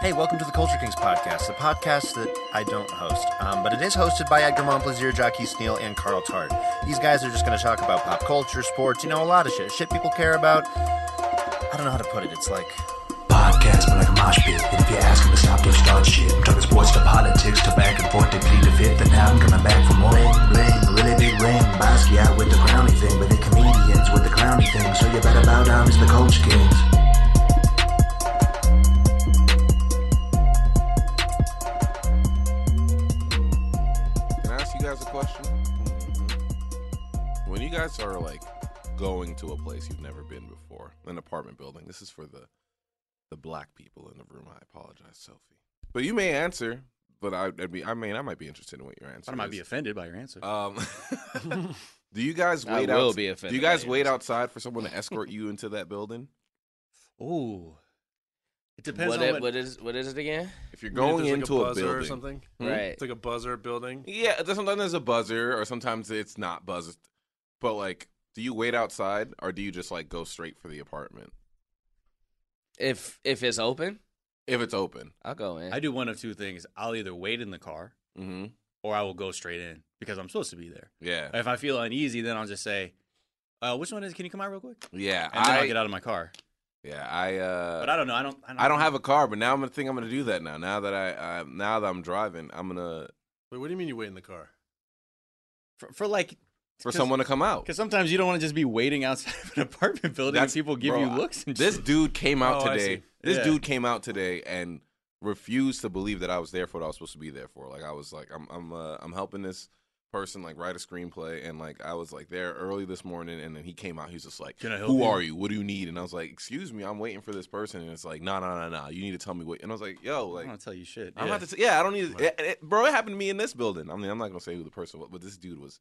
Hey, welcome to the Culture Kings podcast, the podcast that I don't host, um, but it is hosted by Edgar Montplaisir, Jockey Sneal, and Carl Tart. These guys are just going to talk about pop culture, sports, you know, a lot of shit, shit people care about. I don't know how to put it. It's like Podcast, but like a mosh pit. And if you ask him to stop, he'll start shit. Talking sports to politics to back and forth to plead the fifth. And now I'm coming back for more ring, bling, really big ring. Basquiat with the crowny thing, but the comedians with the clowny thing. So you better bow down as the coach kings. Can I ask you guys a question? When you guys are like going to a place you've never been before, an apartment building, this is for the the black people in the room. I apologize, Sophie. But you may answer, but I, I'd be, I mean, I might be interested in what your answer I might be is. offended by your answer. Um, do you guys I wait will outs- be Do you offended by guys your wait answer. outside for someone to escort you into that building? Ooh, it depends what, on it- what. what is what is it again? If you're I mean, if going there's, like, into a, a buzzer building, or something. Hmm? Right. It's like a buzzer building. Yeah, there's- sometimes there's a buzzer, or sometimes it's not buzzed. But like, do you wait outside, or do you just like go straight for the apartment If if it's open, if it's open? I'll go in. I do one of two things. I'll either wait in the car Mm-hmm. or I will go straight in because I'm supposed to be there. Yeah, If I feel uneasy, then I'll just say, uh, "Which one is? Can you come out real quick?" yeah. And then I, I will get out of my car. yeah. I But uh, I don't know. I don't. I don't, I don't have a car, but now I'm gonna think I'm gonna do that now. Now that I, I now that I'm driving, I'm gonna Wait, what do you mean you wait in the car? for, for like for someone to come out. Because sometimes you don't want to just be waiting outside of an apartment building and That's- people give bro, you I- looks. And This shit. dude came out Oh, I today. see. This Yeah. dude came out today and refused to believe that I was there for what I was supposed to be there for. Like I was like, I'm I'm uh, I'm helping this person like write a screenplay, and like I was like there early this morning, and then he came out. He's just like, Can I help Who you?" are you? What do you need? And I was like, Excuse me, I'm waiting for this person, and it's like, No, no, no, no, you need to tell me what. And I was like, Yo, I like. don't want to tell you shit. I'm Oh, yeah. about to say, yeah, I don't need it, it- bro. It happened to me in this building. I mean, I'm not gonna say who the person was, but this dude was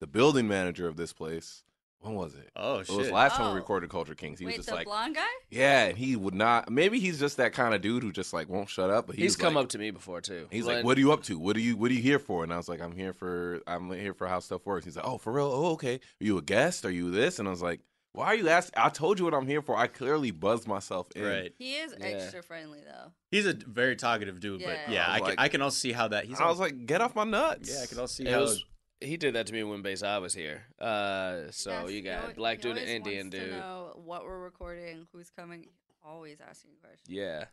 the building manager of this place. When was it? oh It was shit! last time Oh. we recorded Culture Kings. He Wait, was just the like, blonde guy? yeah, and he would not. Maybe he's just that kind of dude who just like won't shut up. But he he's was come like, up to me before too. He's but like, "What are you up to? What are you What are you here for?" And I was like, "I'm here for I'm here for how stuff works." He's like, "Oh, for real? Oh, okay. Are you a guest? Are you this?" And I was like, "Why are you asking? I told you what I'm here for. I clearly buzzed myself in." Right. He is Yeah. extra friendly though. He's a very talkative dude, Yeah. but yeah, I I, was can like- I can also see how that. He's And I all- was like, "Get off my nuts!" yeah, I can also see It how was- He did that to me when Base I was here. Uh, so Yes, you he got alwa- black he dude and always wants Indian to dude. know what we're recording, who's coming, always asking questions. Yeah,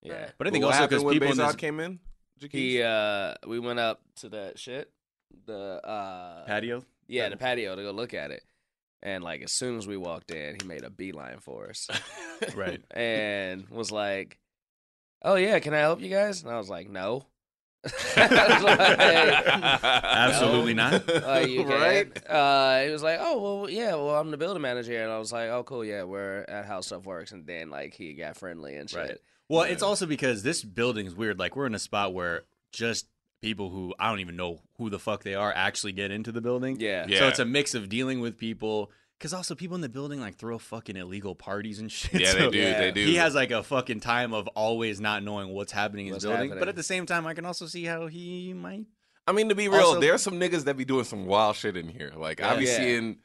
yeah. But- But I think What also happened because when people in Bezod this came in. Jakeesh? He uh, we went up to that shit, the uh, patio, yeah, the patio to go look at it. And like as soon as we walked in, he made a beeline for us. right? and was like, "Oh yeah, can I help you guys?" And I was like, "No." I Absolutely not. was like, "Uh, you can." Right? Uh, he was like, "Oh well, yeah, well I'm the building manager," here." and I was like, "Oh cool, yeah, we're at How Stuff Works." And then like he got friendly and shit. Right. Well, Yeah. it's also because this building's weird. Like we're in a spot where just people who I don't even know who the fuck they are actually get into the building. Yeah. So it's a mix of dealing with people because also people in the building like throw fucking illegal parties and shit. Yeah, they So do. Yeah. They do. He has like a fucking time of always not knowing what's happening in his What's building. But happening. at the same time, I can also see how he might. I mean, to be real, Also- there's some niggas that be doing some wild shit in here. Like I be Yeah. seeing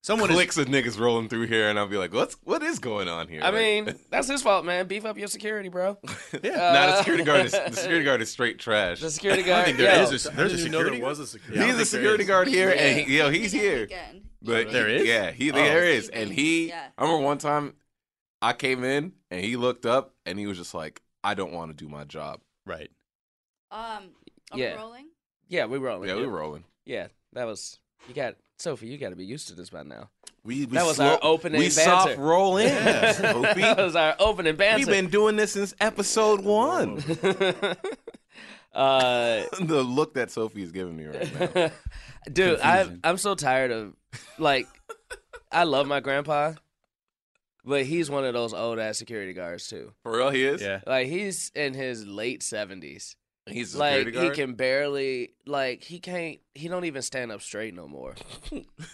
Someone is, clicks of niggas rolling through here, and I'll be like, "What's what is going on here?" I Like, mean, that's his fault, man. Beef up your security, bro. Yeah. nah, the Uh, security guard is the security guard is straight trash. The security I guard. think there yo, is a, there's I a didn't even security. know there was guard. a security. Yeah, I he's don't a think there security is. guard here, Usually and it's he, yo, usually he's the here. weekend. But There he- is? yeah, he Oh. there is, Usually and the he. weekend, I remember one time, I came in and he looked up and he was just like, "I don't want to do my job." Right. yeah. Um are Yeah. we rolling? Yeah, we rolling. Yeah, we rolling. Yeah, that was. You got Sophie. You got to be used to this by now. We, we That was slow- our opening We soft banter. roll in. Yeah. Sophie. that was our opening banter. We've been doing this since episode one. uh, the look that Sophie is giving me right now. dude, I, Confusion. I'm so tired of like, I love my grandpa, but he's one of those old ass security guards too. For real, he is. Yeah. Like he's in his late seventies. he's a Like security he guard. can barely, like he can't, he don't even stand up straight no more.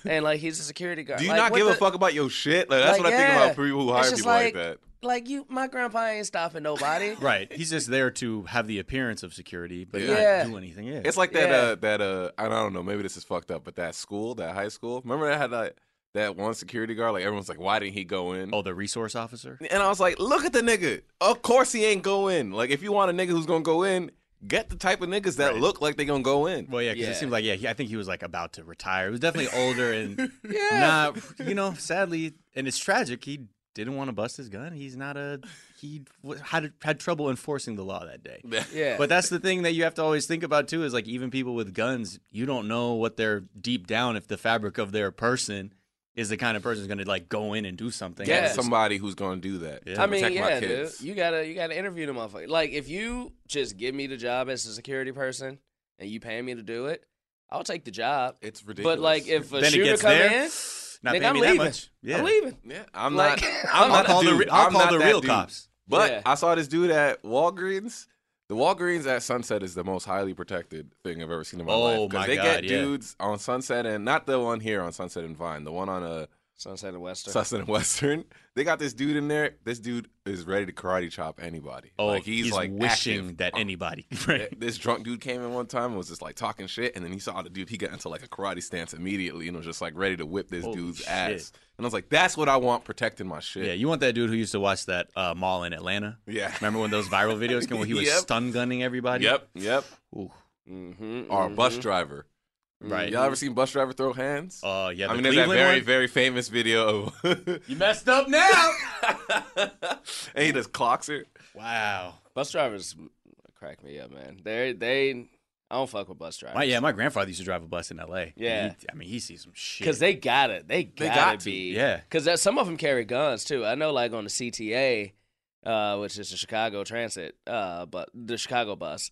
and like he's a security guard. Do you Like, not what give a the- fuck about your shit? Like, that's Like, what I yeah. think about people who It's hire just people like, like- that. Like you, my grandpa ain't stopping nobody. Right. He's just there to have the appearance of security, but Yeah. not do anything. Yeah. It's like that. Yeah. Uh, that. Uh, I don't know. Maybe this is fucked up, but that school, that high school. Remember that had that that one security guard, like everyone's like, why didn't he go in? Oh, the resource officer. And I was like, look at the nigga. Of course he ain't go in. Like if you want a nigga who's gonna go in, get the type of niggas that Right. look like they gonna go in. Well, yeah, because Yeah. it seemed like yeah, he, I think he was like about to retire. He was definitely older and Yeah. not, you know, sadly, and it's tragic. He didn't want to bust his gun. He's not a he w- had had trouble enforcing the law that day. Yeah. But that's the thing that you have to always think about too is like even people with guns, you don't know what they're deep down if the fabric of their person is the kind of person who's going to like go in and do something. Yeah. It's- Somebody who's gonna do that. Yeah. to I I mean, protect my yeah, dude. kids. You gotta you gotta interview the motherfucker. Like if you just give me the job as a security person and you pay me to do it, I'll take the job. It's ridiculous. But like if a then it shooter gets come there. in, Not nigga, paying I'm me leaving. that much. Yeah. I'm leaving. yeah, I'm Like, not. I'll I'm not call the the dude. re- I'll I'm call not the that real dude. cops. But Yeah. I saw this dude at Walgreens. The Walgreens at Sunset is the most highly protected thing I've ever seen in my Oh, life. 'cause my they God, get yeah. dudes on Sunset and not the one here on Sunset and Vine, the one on uh, Sunset and Western. Sunset and Western. They got this dude in there. This dude is ready to karate chop anybody. Oh, like, he's, like wishing active. that Uh, anybody. Right. This drunk dude came in one time and was just like talking shit, and then he saw the dude. He got into like a karate stance immediately and was just like ready to whip this Holy dude's shit. ass. And I was like, "That's what I want protecting my shit." Yeah, you want that dude who used to watch that uh, mall in Atlanta? Yeah. Remember when those viral videos came where he was Yep. stun gunning everybody? Yep, yep. Ooh, Mm-hmm, Or a bus driver. right. Y'all ever seen bus driver throw hands? Oh, Uh, yeah. The I mean, there's that Cleveland very, one? very famous video of. you messed up now. and he just clocks her. wow. Bus drivers crack me up, man. They they I don't fuck with bus drivers. My, yeah, my grandfather used to drive a bus in L.A. Yeah. He- I mean, he sees some shit. Cause they gotta, they gotta got to, be, yeah. Cause that, some of them carry guns too. I know, like on the CTA, uh, which is the Chicago Transit, uh, but the Chicago bus,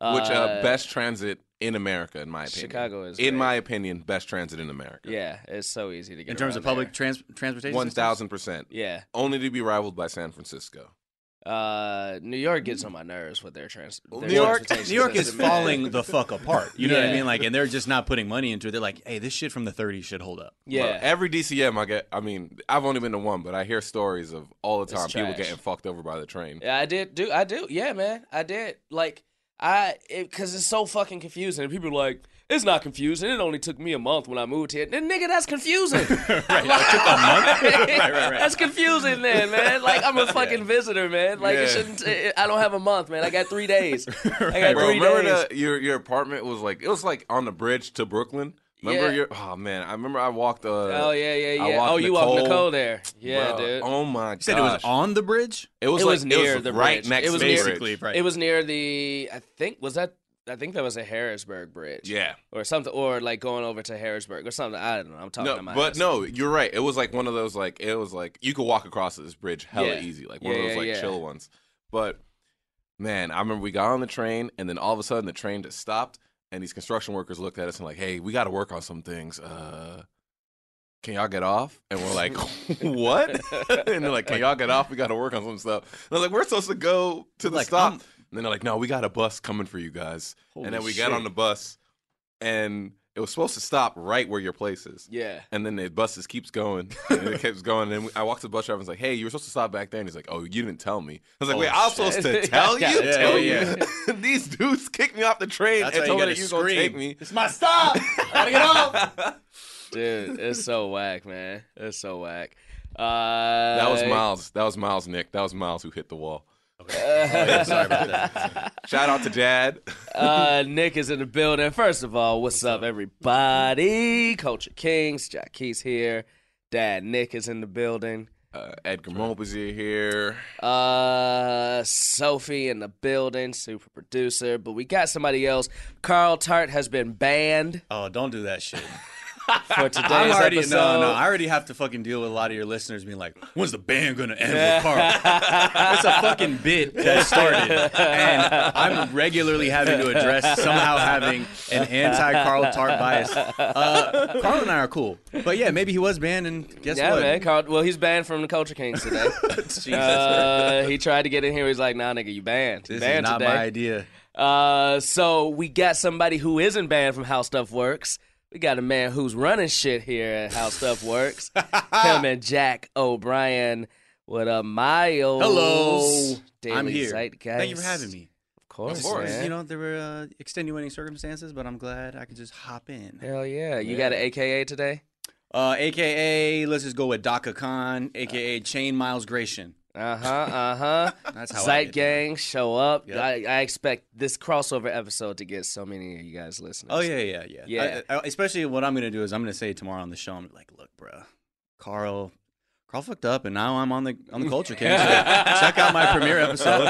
uh, Which uh, best transit in America, in my opinion. Chicago is in great. my opinion, best transit in America. Yeah, it's so easy to get in terms of around public there. trans- transportation. one systems? thousand percent. Yeah, Only to be rivaled by San Francisco. uh, New York gets on my nerves with their transit. New New York, Transportation New York is system, man. falling the fuck apart. You know what I Yeah. mean? Like, and they're just not putting money into it. They're like, hey, this shit from the '30s should hold up. Yeah, Bro, every DCM I get. I mean, I've only been to one, but I hear stories of all the It's time people trash. getting fucked over by the train. Yeah, I did do. I do. Yeah, man, I did. Like I, because it's so fucking confusing. And people are like, it's not confusing. It only took me a month when I moved here. Then nigga, that's confusing. right. It took a month. right, right, right. That's confusing, then, man. Like I'm a fucking visitor, man. Like Yeah. it shouldn't. It, I don't have a month, man. I got three days. I got Bro, three remember days. the, your your apartment was like it was like on the bridge to Brooklyn. Remember Yeah. your oh man, I remember I walked. Uh, oh yeah, yeah, I yeah. walked Oh, you walked Nicole. Nicole there. Yeah, bro, dude. Oh my god, You said it was on the bridge. It was, It like, was near the right bridge. next It was to the near- bridge. right. It was near the. I think was that. I think that was a Harrisburg bridge. Yeah. Or something, or like going over to Harrisburg or something. I don't know. I'm talking No, about. but no, you're right. It was like one of those like it was like you could walk across this bridge hella Yeah. easy, like one Yeah, of those yeah, like yeah. chill ones. But man, I remember we got on the train and then all of a sudden the train just stopped and these construction workers looked at us and like, "Hey, we got to work on some things. Uh can y'all get off? And we're like, what? and they're like, can y'all get off? We got to work on some stuff. And I was like, we're supposed to go to the Like, stop. I'm- And then they're like, no, we got a bus coming for you guys. Holy and then we shit. got on the bus and it was supposed to stop right where your place is. Yeah. And then the bus just keeps going. And it keeps going. And I walked to the bus driver and was like, hey, you were supposed to stop back there. And he's like, oh, you didn't tell me. I was like, Oh, wait, I was shit. supposed to tell you? Yeah, tell yeah, you. These dudes kicked me off the train That's and how told you me gotta that you were going to scream. take me. It's my stop. Gotta get off. Dude, it's so whack, man. It's so whack. Uh, That was Miles. That was Miles, Nick. That was Miles who hit the wall. Sorry about that. Shout out to Dad. uh, Nick is in the building. First of all, what's, up, everybody? Culture Kings, Jack Keys here. Dad Nick is in the building. Uh, Edgar Mobazier here. Uh, Sophie in the building, super producer. But we got somebody else. Carl Tart has been banned Oh, don't do that shit. for today's I'm already episode. no, no. I already have to fucking deal with a lot of your listeners being like, "When's the band gonna end with Carl?" it's a fucking bit that started, and I'm regularly having to address somehow having an anti-Carl Tart bias. Uh, Carl and I are cool, but yeah, maybe he was banned, and guess yeah, what? man. Carl, well, he's banned from the Culture Kings today. uh, he tried to get in here. He's like, "Nah, nigga, you banned. This is banned not my today." idea. Uh, so we got somebody who isn't banned from How Stuff Works. We got a man who's running shit here at How Stuff Works. Him and Jack O'Brien. What up, Miles? Hello, Daily I'm here. Zeitgeist. Thank you for having me. Of course, Just, man. You know, there were uh, extenuating circumstances, but I'm glad I could just hop in. Hell yeah. You got an AKA today? uh, aka let's just go with Daka Khan, aka Chain Miles Gratian. Uh huh. Uh huh. That's how I get down. Zeit gang show up. Yep. I, I expect this crossover episode to get so many of you guys listening. Oh yeah, yeah, yeah. Yeah. I- I- especially what I'm gonna do is I'm gonna say tomorrow on the show. I'm like, look, bro, Carl, Carl fucked up, and now I'm on the on the Culture King. So check out my premiere episode.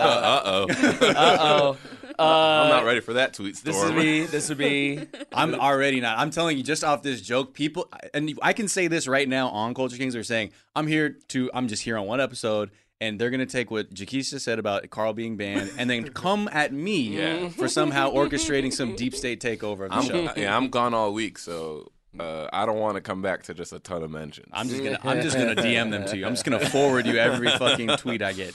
Uh oh. Uh oh. I'm Uh, not ready for that tweet storm. this would be. This would be. I'm already not. I'm telling you, just off this joke, people, and I can say this right now on Culture Kings are saying, I'm here to, I'm just here on one episode, and they're gonna take what Jakisha said about Carl being banned, and then come at me Yeah. for somehow orchestrating some deep state takeover of the I'm show. yeah, I'm gone all week, so uh, I don't want to come back to just a ton of mentions. I'm just gonna, I'm just gonna DM them to you. I'm just gonna forward you every fucking tweet I get.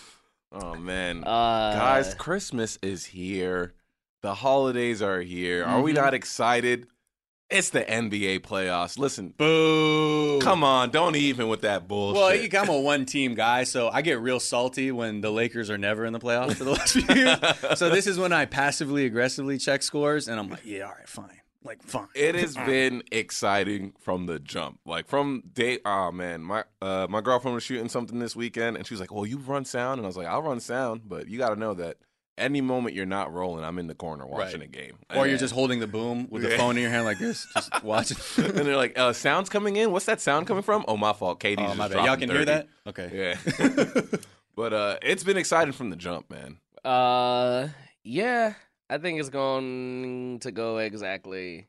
oh man, Uh, guys, Christmas is here. The holidays are here. Are Mm-hmm. we not excited? It's the NBA playoffs. Listen, Boo! come on, don't even with that bullshit. Well, you- I'm a one team guy, so I get real salty when the Lakers are never in the playoffs for the last few years. So this is when I passively aggressively check scores, and I'm like, yeah, all right, fine, like fine. it has been exciting from the jump. Like from day, oh man, my uh, my girlfriend was shooting something this weekend, and she was like, "Well, you run sound," and I was like, "I'll run sound," but you got to know that any moment you're not rolling, I'm in the corner watching Right. a game, Or you're just holding the boom with the phone in your hand like this, just watching. and they're like, uh, "Sounds coming in. What's that sound coming from?" Oh, my fault. Katie's oh just my bad, dropping y'all can hear 30. that? Okay. Yeah, but uh, it's been exciting from the jump, man. Uh, yeah, I think it's going to go exactly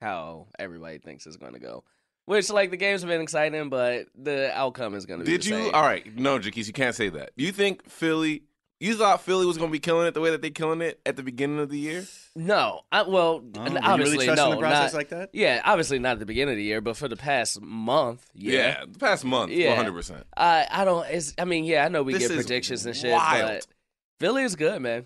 how everybody thinks it's going to go. Which, like, the game's been exciting, but the outcome is going to be. Did the you? same. All right, no, Jaquise, you can't say that. You think Philly? You thought Philly was going to be killing it the way that they killing it at the beginning of the year? No, I, well, Oh, n- were you obviously really trusting no. the process not- like that? yeah, obviously not at the beginning of the year, but for the past month, Yeah, yeah. the past month, Yeah. one hundred percent. I I don't. It's, I mean, yeah, I know we This get is predictions and shit, wild. but Philly is good, man.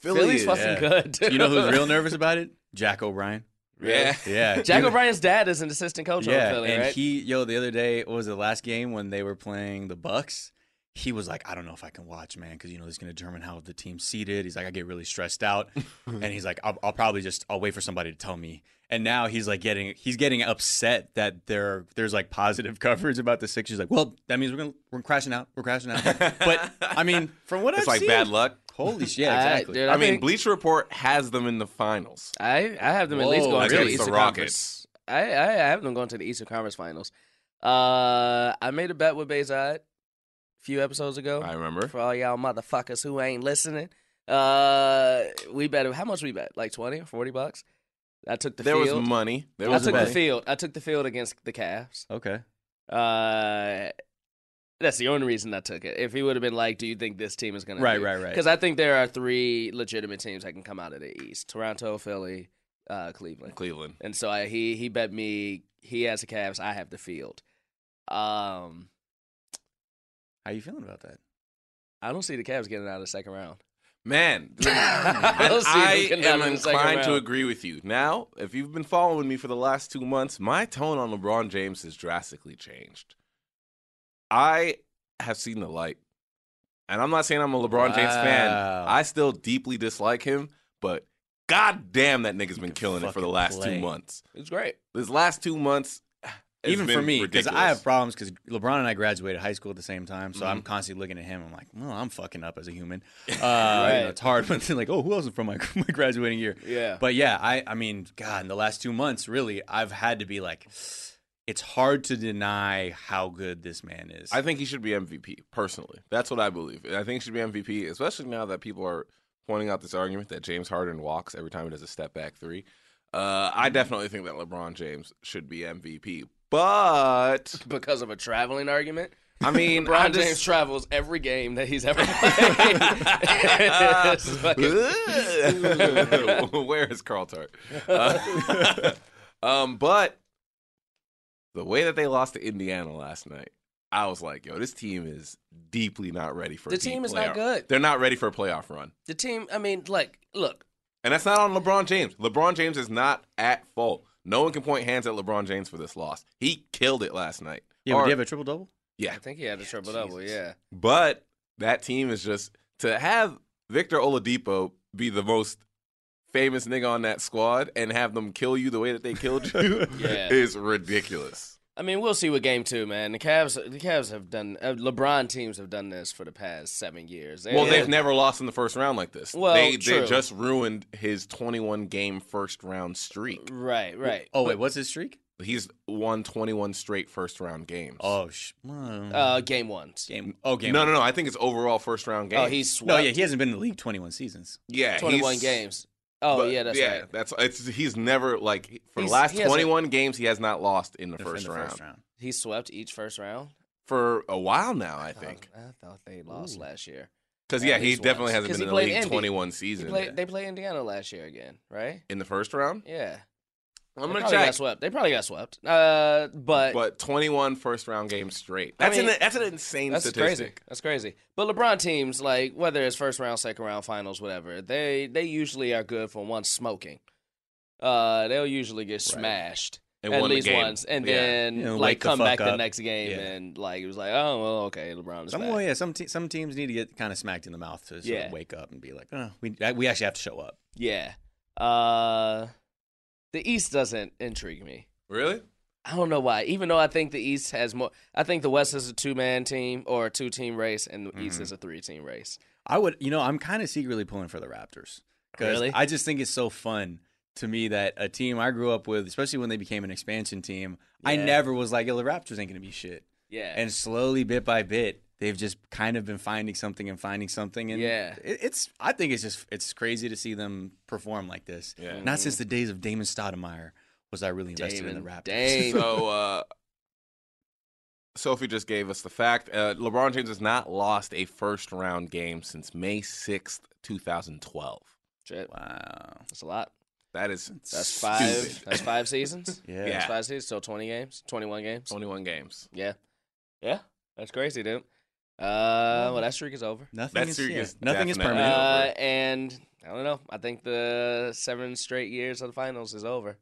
Philly Philly's is- fucking yeah. good. dude. You know who's real nervous about it? Jack O'Brien. Yeah, Yeah. Jack O'Brien's dad is an assistant coach yeah, on Philly, and right? he, yo, the other day what was the last game when they were playing the Bucks. He was like, I don't know if I can watch, man, because you know this is gonna determine how the team's seated. He's like, I get really stressed out, and he's like, I'll, I'll probably just I'll wait for somebody to tell me. And now he's like getting he's getting upset that there there's like positive coverage about the Sixers. Like, well, that means we're gonna we're crashing out, we're crashing out. but I mean, from what it's I've like seen, bad luck. Holy shit, yeah, I- exactly. dude, I, mean, think- Bleacher Report has them in the finals. I I have them at least Whoa, going to the really? Eastern The Conference. Rockets. I, I have them going to the Eastern Conference Finals. Uh, I made a bet with Bezod a few episodes ago. I remember. For all y'all motherfuckers who ain't listening, uh, we bet how much we bet? Like twenty or forty bucks. I took the there was field. money. There I was took the money. field. I took the field against the Cavs. okay, Uh, that's the only reason I took it. If he would have been like, "Do you think this team is going to?" right, right, right. Because I think there are three legitimate teams that can come out of the East: Toronto, Philly, uh, Cleveland. Cleveland. And so I, he he bet me he has the Cavs, I have the field. Um, How you feeling about that? I don't see the Cavs getting out of the second round. Man, and I'll see I if we can have am him in the second inclined to round. agree with you. Now, if you've been following me for the last two months, my tone on LeBron James has drastically changed. I have seen the light. And I'm not saying I'm a LeBron James fan. Wow. I still deeply dislike him, but god damn that nigga's been can killing it for fucking the last play. two months. It's great. This last two months, has even for been me because ridiculous. Mm-hmm. I have problems because LeBron and I graduated high school at the same time, so I'm constantly looking at him. I'm like, well, I'm fucking up as a human. Uh, you know, Right. it's hard when they're like, oh, who else is from my, my graduating year? Yeah. But yeah, I I mean, God, in the last two months, really, I've had to be like, it's hard to deny how good this man is. I think he should be MVP personally. That's what I believe. I think he should be MVP, especially now that people are pointing out this argument that James Harden walks every time he does a step back three. Uh, Mm-hmm. I definitely think that LeBron James should be MVP, but Because of a traveling argument, I mean, LeBron I just- James travels every game that he's ever played. It's fucking- Where is Carl Tart? Uh, um, but the way that they lost to Indiana last night, I was like, yo, this team is deeply not ready for a The deep team is not playoff- good. They're not ready for a playoff run. the team. I mean, like, look, And that's not on LeBron James. LeBron James is not at fault. No one can point hands at LeBron James for this loss. He killed it last night. yeah, Or- do you have a triple double? yeah. I think he had a triple double. Yeah. But that team is just to have Victor Oladipo be the most famous nigga on that squad and have them kill you the way that they killed you Yeah. is ridiculous. I mean, we'll see what game two, man. The Cavs, the Cavs have done. Uh, LeBron teams have done this for the past seven years. Well, And- they've never lost in the first round like this. Well, they true. they just ruined his 21 game first round streak. right, right. Oh wait, what's his streak? He's won 21 straight first round games. Oh, sh- well, Uh, game ones. game. Oh, game. no, no, no. I think it's overall first round game. Oh, he's swept No, yeah, he hasn't been in the league 21 seasons. yeah, 21 he's- games. Oh, but yeah, that's yeah, right. that's it's he's never like for the He's- last he hasn't- 21 games he has not lost in the, They're in first, the round. first round. He swept each first round. for a while now. I thought- think I thought they lost last year. because at yeah, he least definitely once. hasn't 'Cause been he in the played league Indy. 21 They season play, they play Indiana last year again, right? in the first round. Yeah. I'm They gonna probably check. Got swept. They probably got swept. Uh, but, But 21 first round games straight. I That's mean, an that's an insane that's crazy. statistic. That's crazy. But LeBron teams, like whether it's first round, second round, finals, whatever, they they usually are good for one smoking. Uh, they'll usually get smashed And at won the least game. once, and Yeah. then You know, like wake the come back fuck the up. next game Yeah. and like it was like, oh well, okay, LeBron is Some back. well, yeah, some te- some teams need to get kind of smacked in the mouth to sort Yeah. of wake up and be like, oh, we we actually have to show up. Yeah. Uh, the East doesn't intrigue me. Really? I don't know why. Even though I think the East has more, I think the West is a two man team or a two team race, and the East is a three team race. I would, you know, I'm kind of secretly pulling for the Raptors because Really? I just think it's so fun to me that a team I grew up with, especially when they became an expansion team, I Yeah. Eh. never was like, yo, the Raptors ain't gonna be shit. Yeah. And slowly, bit by bit, they've just kind of been finding something and finding something. And Yeah. it, it's I think it's just it's crazy to see them perform like this. Yeah. Not since the days of Damon Stoudemire was I really invested in Mm-hmm. Damon, the Raptors. Dame. oh. So uh, Sophie just gave us the fact uh, LeBron James has not lost a first round game since May 6th, 2012. Shit, Wow. that's a lot. That is That's five. stupid. That's five seasons. Yeah. That's Yeah. five seasons. So twenty games, twenty one games. 21 games. Yeah. Yeah. That's crazy, dude. Uh, well, that streak is over. Nothing That is, streak yeah, is nothing is definitely permanent. Uh, over. and I don't know. I think the seven straight years of the finals is over.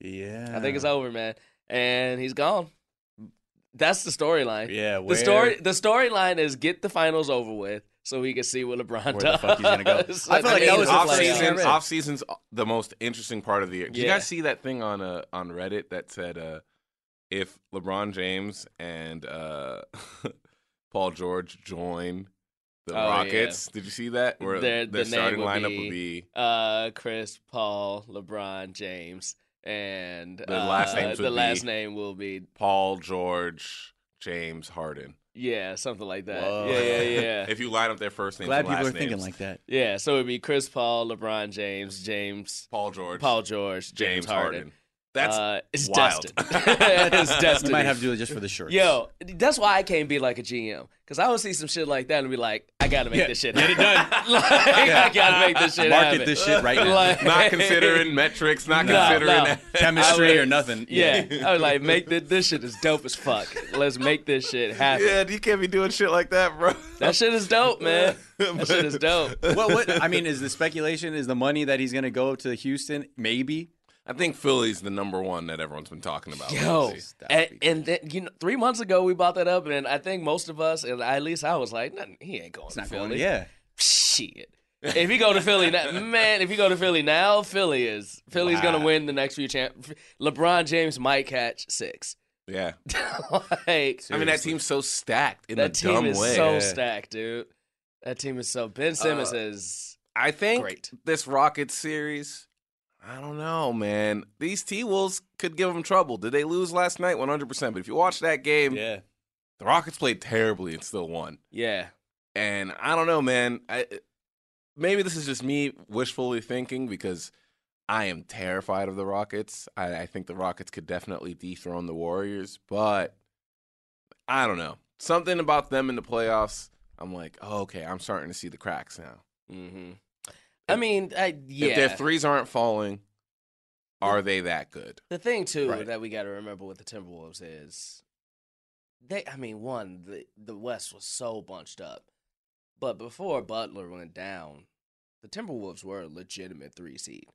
yeah. I think it's over, man. And he's gone. That's the storyline. Yeah, The where- story the storyline is get the finals over with so we can see what LeBron Where does. the fuck he's gonna go. I feel I like mean, that was the off first thing I season. read. Off season's uh, the most interesting part of the year. Did you Yeah. guys see that thing on uh, on Reddit that said uh, if LeBron James and uh, Paul George join the Oh, yeah. Rockets? Did you see that? Where Their- their, the name starting would lineup be- would be uh Chris, Paul, LeBron, James, and The uh, last names the would last be- name will be Paul George, James Harden. yeah, something like that. Whoa. Yeah, yeah, yeah. if you line up their first names, Glad and people are last thinking names, like that. yeah, so it'd be Chris Paul, LeBron James, James, Paul George, Paul George, James, Harden. That's uh, it's wild. destined. it's destined. You might have to do it just for the shirts. Yo, that's why I can't be like a GM because I would see some shit like that and be like, I gotta make Yeah, this shit. get Happen. it done. like, I Yeah. gotta make this shit. Market happen. this shit right now. Like- not considering metrics, not No, considering no. Chemistry or nothing. Yeah, I was like, make this, this shit is dope as fuck. Let's make this shit happen. Yeah, you can't be doing shit like that, bro. That shit is dope, man. That shit is dope. Well, what I mean is the speculation is the money that he's going to go to Houston, maybe. I think Philly's the number one that everyone's been talking about. Yo, lately. That would and, be and then you know, three months ago we bought that up, and I think most of us, and at least I was like, "Nothing, he ain't going It's to not Philly. going. Yeah, shit. If he go to Philly now, man, if he go to Philly now, Philly is Philly's gonna Wow. win the next few champ. LeBron James might catch six. yeah. like I mean, that team's so stacked in that a team dumb is way. so Yeah. stacked, dude. That team is so. Ben Simmons Uh, is I think Great. this Rockets series. I don't know, man. These T Wolves could give them trouble. Did they lose last night? One hundred percent. But if you watch that game, yeah. the Rockets played terribly and still won. yeah. And I don't know, man. I eh, maybe this is just me wishfully thinking because I am terrified of the Rockets. I, I think the Rockets could definitely dethrone the Warriors, but I don't know. Something about them in the playoffs. I'm like, oh, okay, I'm starting to see the cracks now. Mm-hmm. I mean, I, yeah. If their threes aren't falling, are they that good? The thing too Right. that we got to remember with the Timberwolves is they. I mean, one the the West was so bunched up, but before Butler went down, the Timberwolves were a legitimate three seed.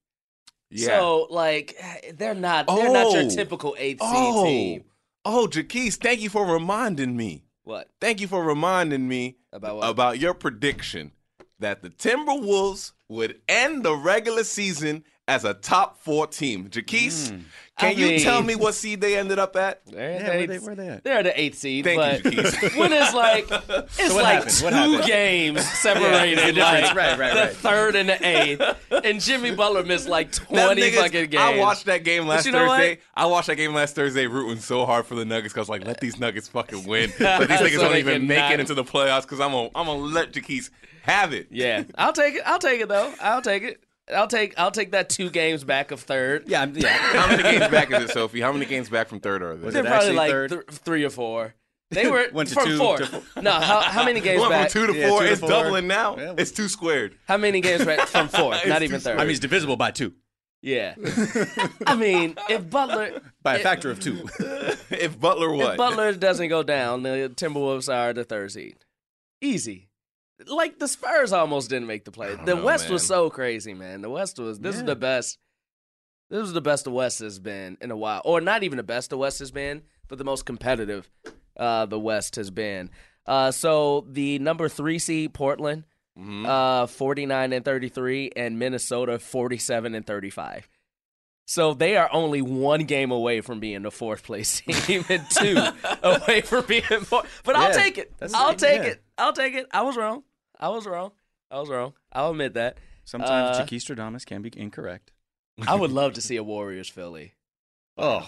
So like, they're not they're not your Oh. typical eight seed oh, team. oh, Jaquise, thank you for reminding me. What Thank you for reminding me about what? about your prediction that the Timberwolves would end the regular season as a top four team. Jaquise, can Hmm. I you tell mean- me what seed they ended up at? They're, Yeah, where they- where they at? are the eighth seed, Thank but you, Jaquise. when it's like it's what like happened? What two happened? games separated, the difference. like Right, right, the right. third and the eighth, and Jimmy Butler missed like That twenty nigga's- fucking games. I watched that game last you know what? Thursday. I watched that game last Thursday, rooting so hard for the Nuggets because like, let these Nuggets fucking win. But these So niggas don't they even can make it not- into the playoffs because I'm gonna I'm gonna let Jaquise have it. Yeah, I'll take it. I'll take it though. I'll take it. I'll take. I'll take that two games back of third. Yeah, I'm, yeah. How many games back is it, Sophie? How many games back from third are they? Was They're it probably actually like third? thr- three or four. They were Went to from two four. to four. No, how, how many It games went back? from two to Yeah, four. two to it's four. doubling now. Yeah. It's two squared. How many games back from four? Not even third. I mean, it's divisible by two, yeah. I mean, if Butler by a It- factor of two. If Butler what? if Butler doesn't go down, the Timberwolves are the third seed. Easy. Like the Spurs almost didn't make the play. don't The know, West man. was so crazy, man. The West was this is Yeah. the best. This is the best the West has been in a while, or not even the best the West has been, but the most competitive uh, the West has been. Uh, so the number three seed Portland, Mm-hmm. Mhm. uh, 49 and 33, and Minnesota 47 and 35. So they are only one game away from being the fourth place team and two away from being four. But I'll Yeah, take it. that's- I'll take yeah. it. I'll take it. I was wrong. I was wrong. I was wrong. I'll admit that. Sometimes Uh, Chiquis Stradamus can be incorrect. I would love to see a Warriors Philly. Oh,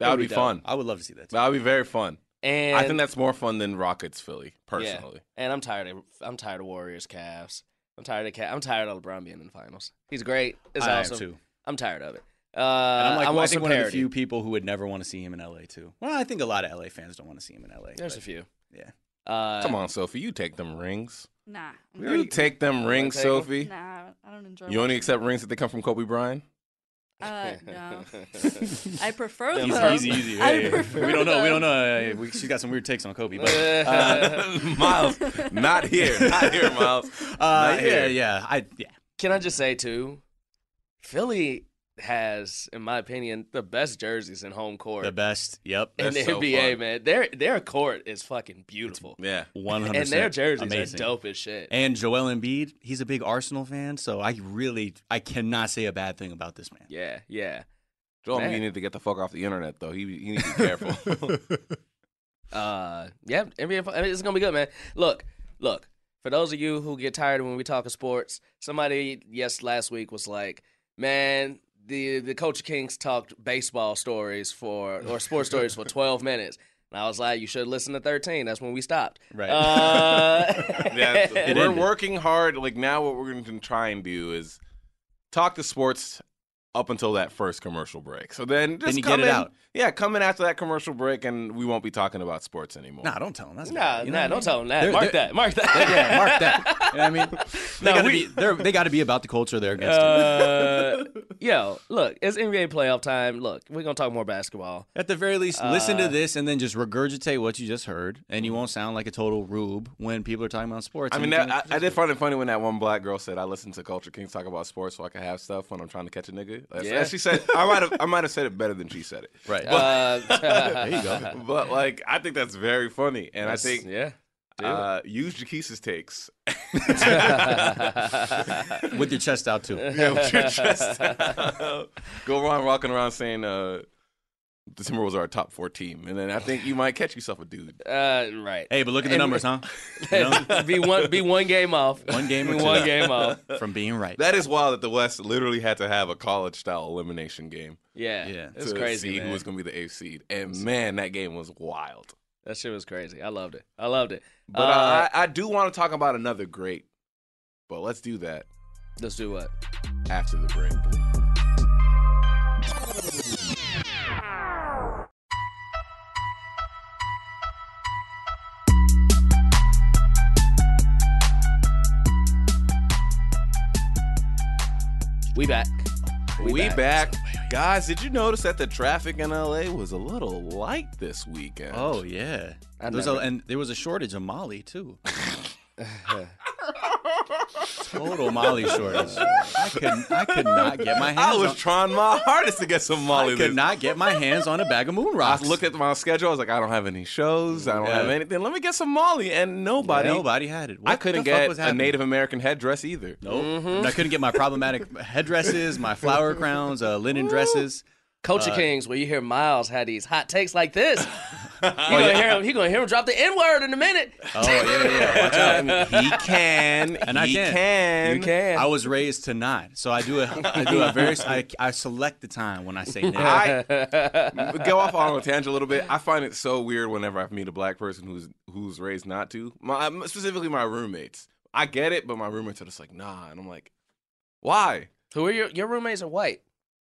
that would be fun. I would love to see that. That would be very fun. And I think that's more fun than Rockets Philly, personally. and I'm tired of I'm tired of Warriors Cavs. I'm tired of Ca- I'm tired of LeBron being in the finals. He's great. It's I am awesome. too. I'm tired of it. Uh, And I'm like, well, I I want think some one of the parity. few people who would never want to see him in LA too. Well, I think a lot of LA fans don't want to see him in LA. There's but- a few. Yeah. Uh, Come on, Sophie. You take them rings. Nah. You take them rings, take 'em? Sophie. Nah, I don't enjoy. You only watching accept rings that they come from Kobe Bryant? it. Uh, no. I prefer them. Easy, easy, easy. I Hey, prefer we don't know. We don't them. know. Hey, we, she's got some weird takes on Kobe, but uh, Miles, not here. Not here, Miles. uh, Not yeah, here. yeah, I yeah. Can I just say too, Philly has, in my opinion, the best jerseys in home court The best. Yep. in the That's so NBA. fun. Man, their their court is fucking beautiful, Yeah. One hundred. and their jerseys amazing. are dope as shit. And Joel Embiid, he's a big Arsenal fan, so I really I cannot say a bad thing about this man. yeah, yeah. Joel, Man. you need to get the fuck off the internet, though. He, he needs to be careful. Uh, yeah, NBA. I mean, it's gonna be good, man. Look, look. For those of you who get tired when we talk of sports, somebody yes last week was like, "Man, the the Coach Kings talked baseball stories for or sports stories for twelve minutes." And I was like, "You should listen to thirteen. That's when we stopped." Right. Uh, Yeah, It we're ended. working hard. Like now, what we're going to try and do is talk to sports up until that first commercial break. So then, just you come get it in, out. Yeah, come in after that commercial break, and we won't be talking about sports anymore. Nah, don't tell him. That's nah, bad. You know what nah, I don't mean? tell them that. They're- mark they're- that. Mark that. yeah, mark that. You know what I mean? They No, gotta we- be they're, they got to be about the culture they're against. it. Uh, yo, look, it's NBA playoff time. Look, we're gonna talk more basketball. At the very least, listen uh, to this and then just regurgitate what you just heard, and you won't sound like a total rube when people are talking about sports. Mm-hmm. I and mean, you can that, I, I just- did find it funny when that one black girl said, "I listen to Culture Kings talk about sports so I can have stuff when I'm trying to catch a nigga." That's- Yeah. She said, "I might have, I might have said it better than she said it." right. Uh, there you go. But like, I think that's very funny, and I think yeah. uh, use Jaquise's takes. Uh, With your chest out too. Yeah, with your chest out. Go around walking around saying uh, the Timberwolves are our top four team, and then I think you might catch yourself a dude. Uh, right. Hey, but look at the And- numbers, huh? You know? be one be one game off. One game Be or two. one game off. From being right. That is wild that the West literally had to have a college style elimination game Yeah. Yeah. It was to crazy. see man. who was going to be the eighth seed. And man, that game was wild. That shit was crazy. I loved it. I loved it. But Uh, I I, I do want to talk about another great. But let's do that let's do what? after the break. We back. We, back. back. Guys, did you notice that the traffic in LA was a little light this weekend? Oh yeah. I There was a, never- and there was a shortage of Molly too. total Molly shortage. I could I could not get my hands. I was on, trying my hardest to get some Molly. I could this- not get my hands on a bag of moon I rocks. looked at my schedule. I was like, I don't have any shows. I don't Yeah. have anything. Let me get some Molly, and nobody. Nobody had it. I What couldn't the fuck get was a happening? Native Mm-hmm. American headdress either. Nope. I couldn't get my problematic headdresses, my flower crowns, uh, linen dresses. Culture Uh, Kings, where you hear Miles had these hot takes like this. you gonna hear him. You gonna hear him drop the N word in a minute. Oh yeah, yeah. Watch out. He can, And I he can. You can. I was raised to not, so I do a, I do a very, I, I select the time when I say nigga. I go off on a tangent a little bit. I find it so weird whenever I meet a black person who's who's raised not to. My specifically my roommates. I get it, but my roommates are just like nah, and I'm like, why? Who are your your roommates are white?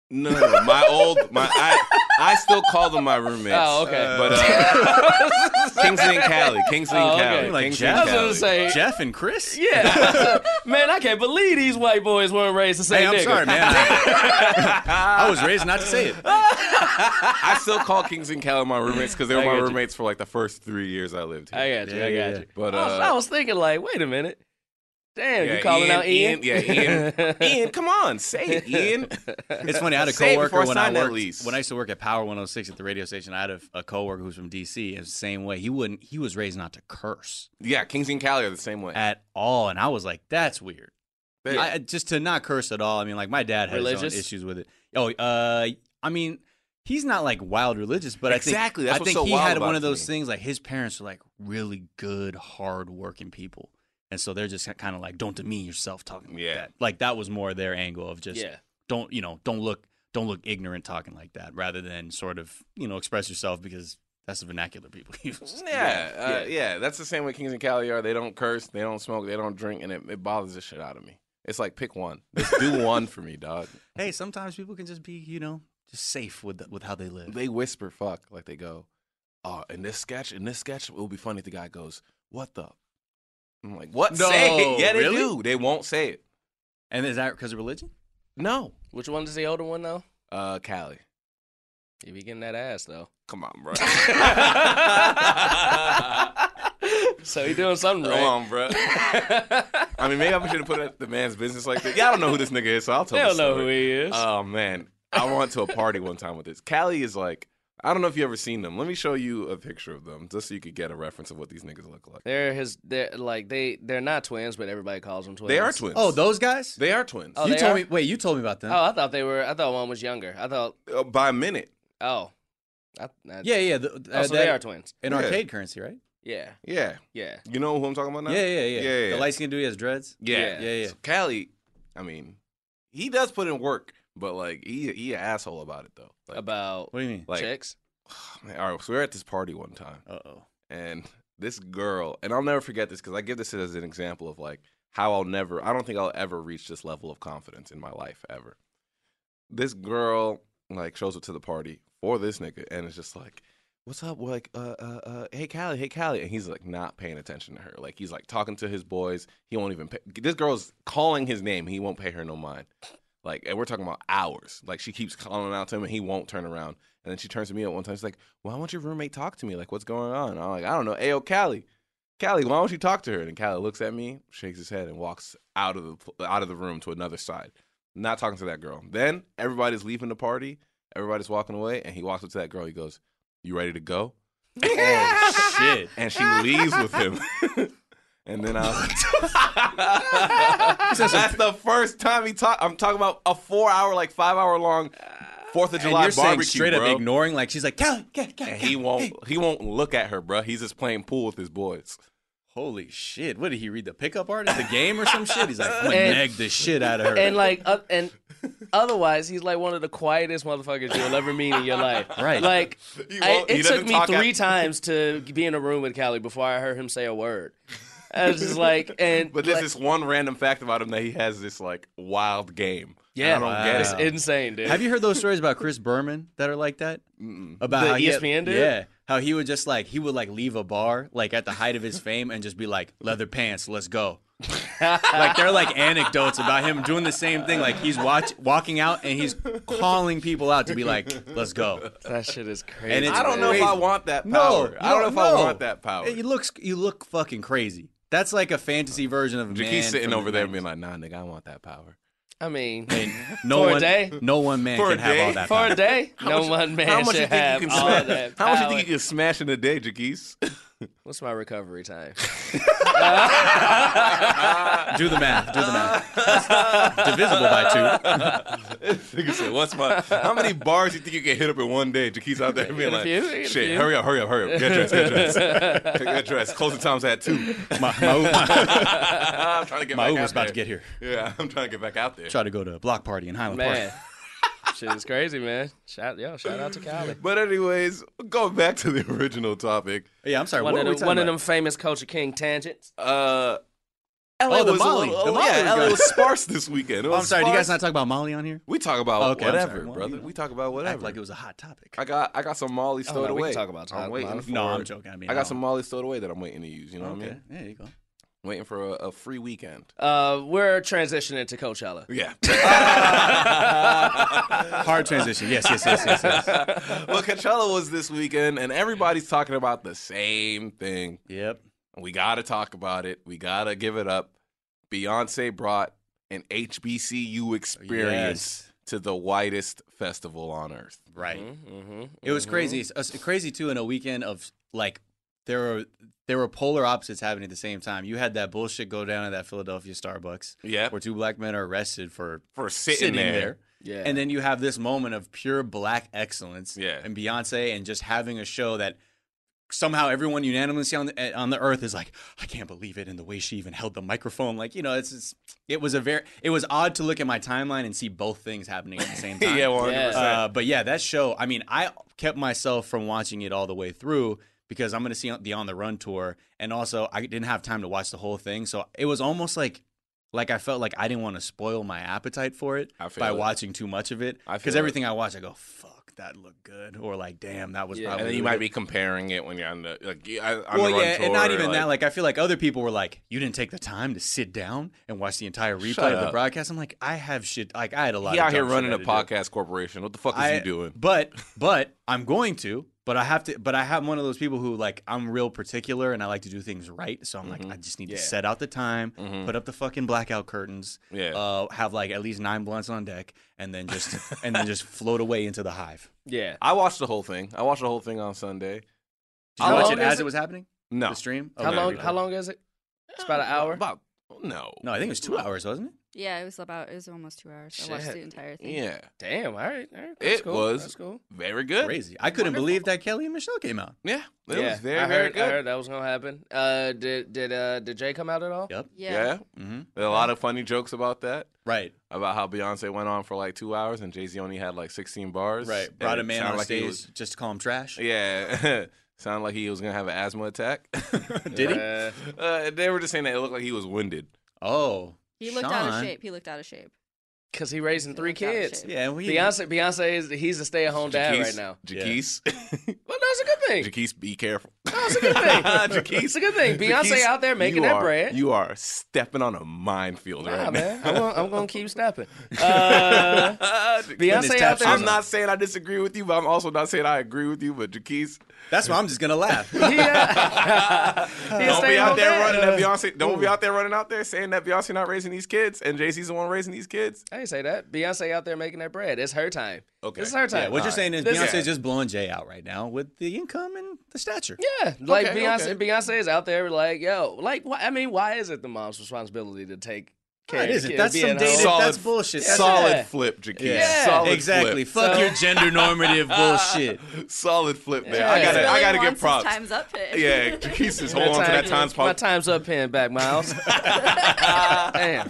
No, no, no. my old my I I still call them my roommates. Oh, okay. But uh, Kingsley and Cali, Kingsley Oh, and okay. Cali, You're like, Kingsley I and was Cali. gonna say, Jeff and Chris. yeah. man, I can't believe these white boys weren't raised to say Hey, I'm nigga. sorry, man. I, I was raised not to say it. I still call Kings and Cali my roommates because they were I my got you. roommates for like the first three years I lived here. I got you. I Yeah, got yeah. you. Oh, But I, was, uh, I was thinking like, wait a minute. Damn, yeah, you calling Ian, out Ian? Ian, yeah, Ian, Ian, come on, say it, Ian. It's funny. I had a Say it before coworker when I sign that worked, lease. when I used to work at Power 106 at the radio station. I had a, a coworker who's from DC. It was the same way. He wouldn't. He was raised not to curse Yeah, Kings and Cali are the same way. at all, and I was like, that's weird. They- I, I- just to not curse at all. I mean, like my dad had his own Religious? issues with it. Oh, uh, I mean, he's not like wild religious, but Exactly, I that's think what's I think so he wild had about one it of to those me. things like his parents were like really good, hard working people, and so they're just kind of like don't demean yourself talking like Yeah. that. Like that was more their angle of just Yeah. don't you know don't look don't look ignorant talking like that rather than sort of you know express yourself because that's the vernacular people use. yeah, yeah, uh, yeah. yeah, that's the same way Kings and Cali are. They don't curse, they don't smoke, they don't drink, and it, it bothers the shit out of me. It's like pick one. Just do one for me, dog. Hey, sometimes people can just be you know just safe with with how they live. They whisper fuck like they go, oh, in this sketch, in this sketch, it will be funny if the guy goes, what the? I'm like, what? No, say it. Yeah, they really? do. They won't say it. and is that because of religion? No. Which one is the older one though? Uh, Cali. You be getting that ass though. Come on, bro. So he doing something Come right. on, bro. I mean, maybe I should have put it at the man's business like that. Yeah, I don't know who this nigga is, so I'll tell They the don't know story. who he is. Oh man, I went to a party one time with this. Callie is like, I don't know if you ever seen them. Let me show you a picture of them just so you could get a reference of what these niggas look like. they're his. They're like they. They're not twins, but everybody calls them twins. They are twins. Oh, those guys. they are twins Oh, you they told are? me. Wait, you told me about them. Oh, I thought they were. I thought one was younger. I thought. Uh, by a minute. Oh, I, I, yeah, yeah. The, Oh, uh, so that- they are twins. An Yeah. arcade currency, right? Yeah, Yeah, yeah. you know who I'm talking about now. Yeah, yeah, Yeah, yeah. yeah, yeah. The light skinned dude has dreads. yeah, Yeah. Yeah, yeah. So Callie, I mean, he does put in work, but like he he an asshole about it though. Like, About What do you mean? like, chicks. man, all right, so we were at this party one time. Uh oh. and this girl, and I'll never forget this because I give this as an example of like how I'll never, I don't think I'll ever reach this level of confidence in my life ever. This girl like shows up to the party for this nigga and it's just like, what's up? We're like, uh, uh, uh, hey Callie, hey Callie, and he's like not paying attention to her. Like he's like talking to his boys. He won't even pay. This girl's calling his name. He won't pay her no mind. Like, and we're talking about hours. Like she keeps calling out to him and he won't turn around. And then she turns to me at one time. She's like, "Why won't your roommate talk to me? Like, what's going on?" And I'm like, "I don't know." Ayo, Callie, Callie, why won't you talk to her? And Callie looks at me, shakes his head, and walks out of the pl- out of the room to another side. Not talking to that girl. Then everybody's leaving the party. Everybody's walking away, and he walks up to that girl. He goes, "You ready to go?" Oh shit. And she leaves with him. and then I. That's the first time he talked. I'm talking about a four hour, like five hour long Fourth of And July you're saying barbecue, straight bro. up ignoring, like she's like, Callie, Callie, Callie, And he won't he won't look at her, bruh. He's just playing pool with his boys. Holy shit! What did he read? The pickup artist, the game, or some shit? He's like, I'm gonna And- nag the shit out of her. And like, uh, and otherwise, he's like one of the quietest motherfuckers you'll ever meet in your life. Right. Like, He I, won't- he it took doesn't me talk at- three times to be in a room with Callie before I heard him say a word. I was just like, and But there's like- this one random fact about him that he has this like wild game. Yeah, I don't get it's it. insane, dude. Have you heard those stories about Chris Berman that are like that? Mm-mm. E About The how he- ESPN dude? Yeah, how he would just like he would like leave a bar like at the height of his fame and just be like leather pants, let's go. like they're like anecdotes about him doing the same thing. Like he's watch walking out and he's calling people out to be like, let's go. that shit is crazy. And it's- I don't know if I Crazy. want that power. No, I don't know no, if I no. want that power. You look you look fucking crazy. That's like a fantasy version of a man. Jakee's sitting from over the there 90s. being like, nah, nigga, I want that power. I mean, And no For a one, day? no one man For a can have all day? that. for power. a day, no much- one man How much should you think have you can all smash? that How much you power. think you can smash in a day, Jakees? What's my recovery time? Do the math. Do the math. Divisible by two. Nigga said, "What's my? How many bars you think you can hit up in one day?" Jakees out there being a like, few, you get a "Shit, few." hurry up, hurry up, hurry up, get dressed, get dressed, Take that dress." Closing times at two. My, my, my, I'm trying to get my back Uber's out about to there. get here. Yeah, I'm trying to get back out there. Try to go to a block party in Highland Man, Park. shit is crazy, man. Shout yo, shout out to Cali. But anyways, going back to the original topic, Yeah, I'm sorry. One what were we of, the, talking one of about? them famous Culture King tangents. uh, LA Oh, the was Molly. a little, The Molly was yeah, LA good. was sparse this weekend. It Oh, I'm was sorry. Do you guys sparse. not talk about Molly on here? We talk about Okay, I'm whatever, sorry. Well, brother. you know, we talk about Act whatever. like it was a hot topic. I got I got some Molly Oh, no, stowed we can away. talk about I'm Todd waiting. Molly. For, no, I'm joking. I mean, I got don't- some Molly stowed away that I'm waiting to use. You know what I Okay, mean? there you go. Waiting for a, a free weekend. Uh, we're transitioning to Coachella. Yeah. Hard transition. Yes, yes, yes, yes, yes. well, Coachella was this weekend, and everybody's talking about the same thing. yep. We got to talk about it. We got to give it up. Beyonce brought an HBCU experience Yes. to the whitest festival on earth. Right. Mm-hmm. It was crazy. It's- It's crazy too in a weekend of like there were there were polar opposites happening at the same time. You had that bullshit go down at that Philadelphia Starbucks Yeah. where two black men are arrested for For sitting, sitting there. Yeah. And then you have this moment of pure black excellence. Yeah. And Beyonce and just having a show that somehow everyone unanimously on the, eh, on the earth is like, I can't believe it. And the way she even held the microphone, like, you know, it's, it's it was a very, it was odd to look at my timeline and see both things happening at the same time. yeah, 100%. Uh, but yeah, that show. I mean, I kept myself from watching it all the way through because I'm going to see the On the Run tour, and also I didn't have time to watch the whole thing. So it was almost like, like I felt like I didn't want to spoil my appetite for it I feel by it. watching too much of it. I Because feel everything I watch, I go, "Fuck, that looked good," or like, "Damn, that was Yeah. probably." and then you really might good." be comparing it when you're on the like you- I- on Well, the run yeah, and not tour, even that. Like, I feel like other people were like, "You didn't take the time to sit down and watch the entire replay of the up. broadcast." I'm like, I have shit. Like, I had a lot. he of out here dumb shit running I a had to do. podcast corporation. What the fuck is I- he doing? But but I'm going to. But I have to. But I have one of those people who like I'm real particular and I like to do things right. So I'm Mm-hmm. like I just need to set out the time, put up the fucking blackout curtains, Mm. Yeah. uh, have like at least nine blunts on deck, and then just and then just float away into the hive. yeah. I watched the whole thing. I watched the whole thing on Sunday. Did you How watch long it is as it? it was happening? No, The stream. How Oh, Okay. long? How long is it? It's about an hour. About no, No, I think it was two hours, wasn't it? Yeah, it was about it was almost two hours. I watched Shit. the entire thing. Yeah, Damn. All right. All right that's it cool. was That's cool. very good. Crazy. I couldn't believe that Kelly and Michelle came out. Yeah, it yeah. was very I very heard, good. I heard that was gonna happen. Uh, did did uh did Jay come out at all? Yep. Yeah. yeah, Mm-hmm. There are a lot of funny jokes about that. Right. About how Beyonce went on for like two hours and Jay Z only had like sixteen bars. Right. And Brought it a man sounded on like he stage was- just to call him trash. yeah, sounded like he was gonna have an asthma attack. Did he? Uh, Uh, they were just saying that it looked like he was winded. Oh. He looked out of Sean. shape. He looked out of shape. Cause he raising three Looked out of kids. shape. Yeah, we Beyonce, Beyonce is he's a stay at home dad right now. Yeah. Jaquise, Well, that's a good thing. Jaquise, be careful. That's a good thing. Jaquise, It's a good thing. Beyonce Jaquise, out there making you that are- bread. You are stepping on a minefield nah, right man. now. I'm gonna, I'm gonna keep stepping. Uh, his Beyonce out tap there. I'm not saying I disagree with you, but I'm also not saying I agree with you. But Jaquise, That's why I'm just gonna laugh. He, uh, don't he a be out stay-at-home there dad. running Uh, that Beyonce. Don't be out there running out there saying that Beyonce not raising these kids and JC's the one raising these kids. I didn't say that. Beyonce out there making that bread. It's her time. Okay. It's her time. Yeah, what you're saying is This Beyonce's is- just blowing Jay out right now with the income and the stature. Yeah, like Okay, Beyonce. okay. Beyonce is out there, like yo, like why, I mean, why is it the mom's responsibility to take care? No, it of the isn't. kid, That's be some at dated. home? that's bullshit. That's Solid Yeah. flip, Jaquise. Yeah. Solid exactly. Flip. Fuck So- your gender normative bullshit. Solid flip there. Yeah. I gotta, Really I gotta wants give his props. Time's up. It. Yeah, Jaquise is holding on My to time- that time's My pop. time's up, pin back, Miles. Damn.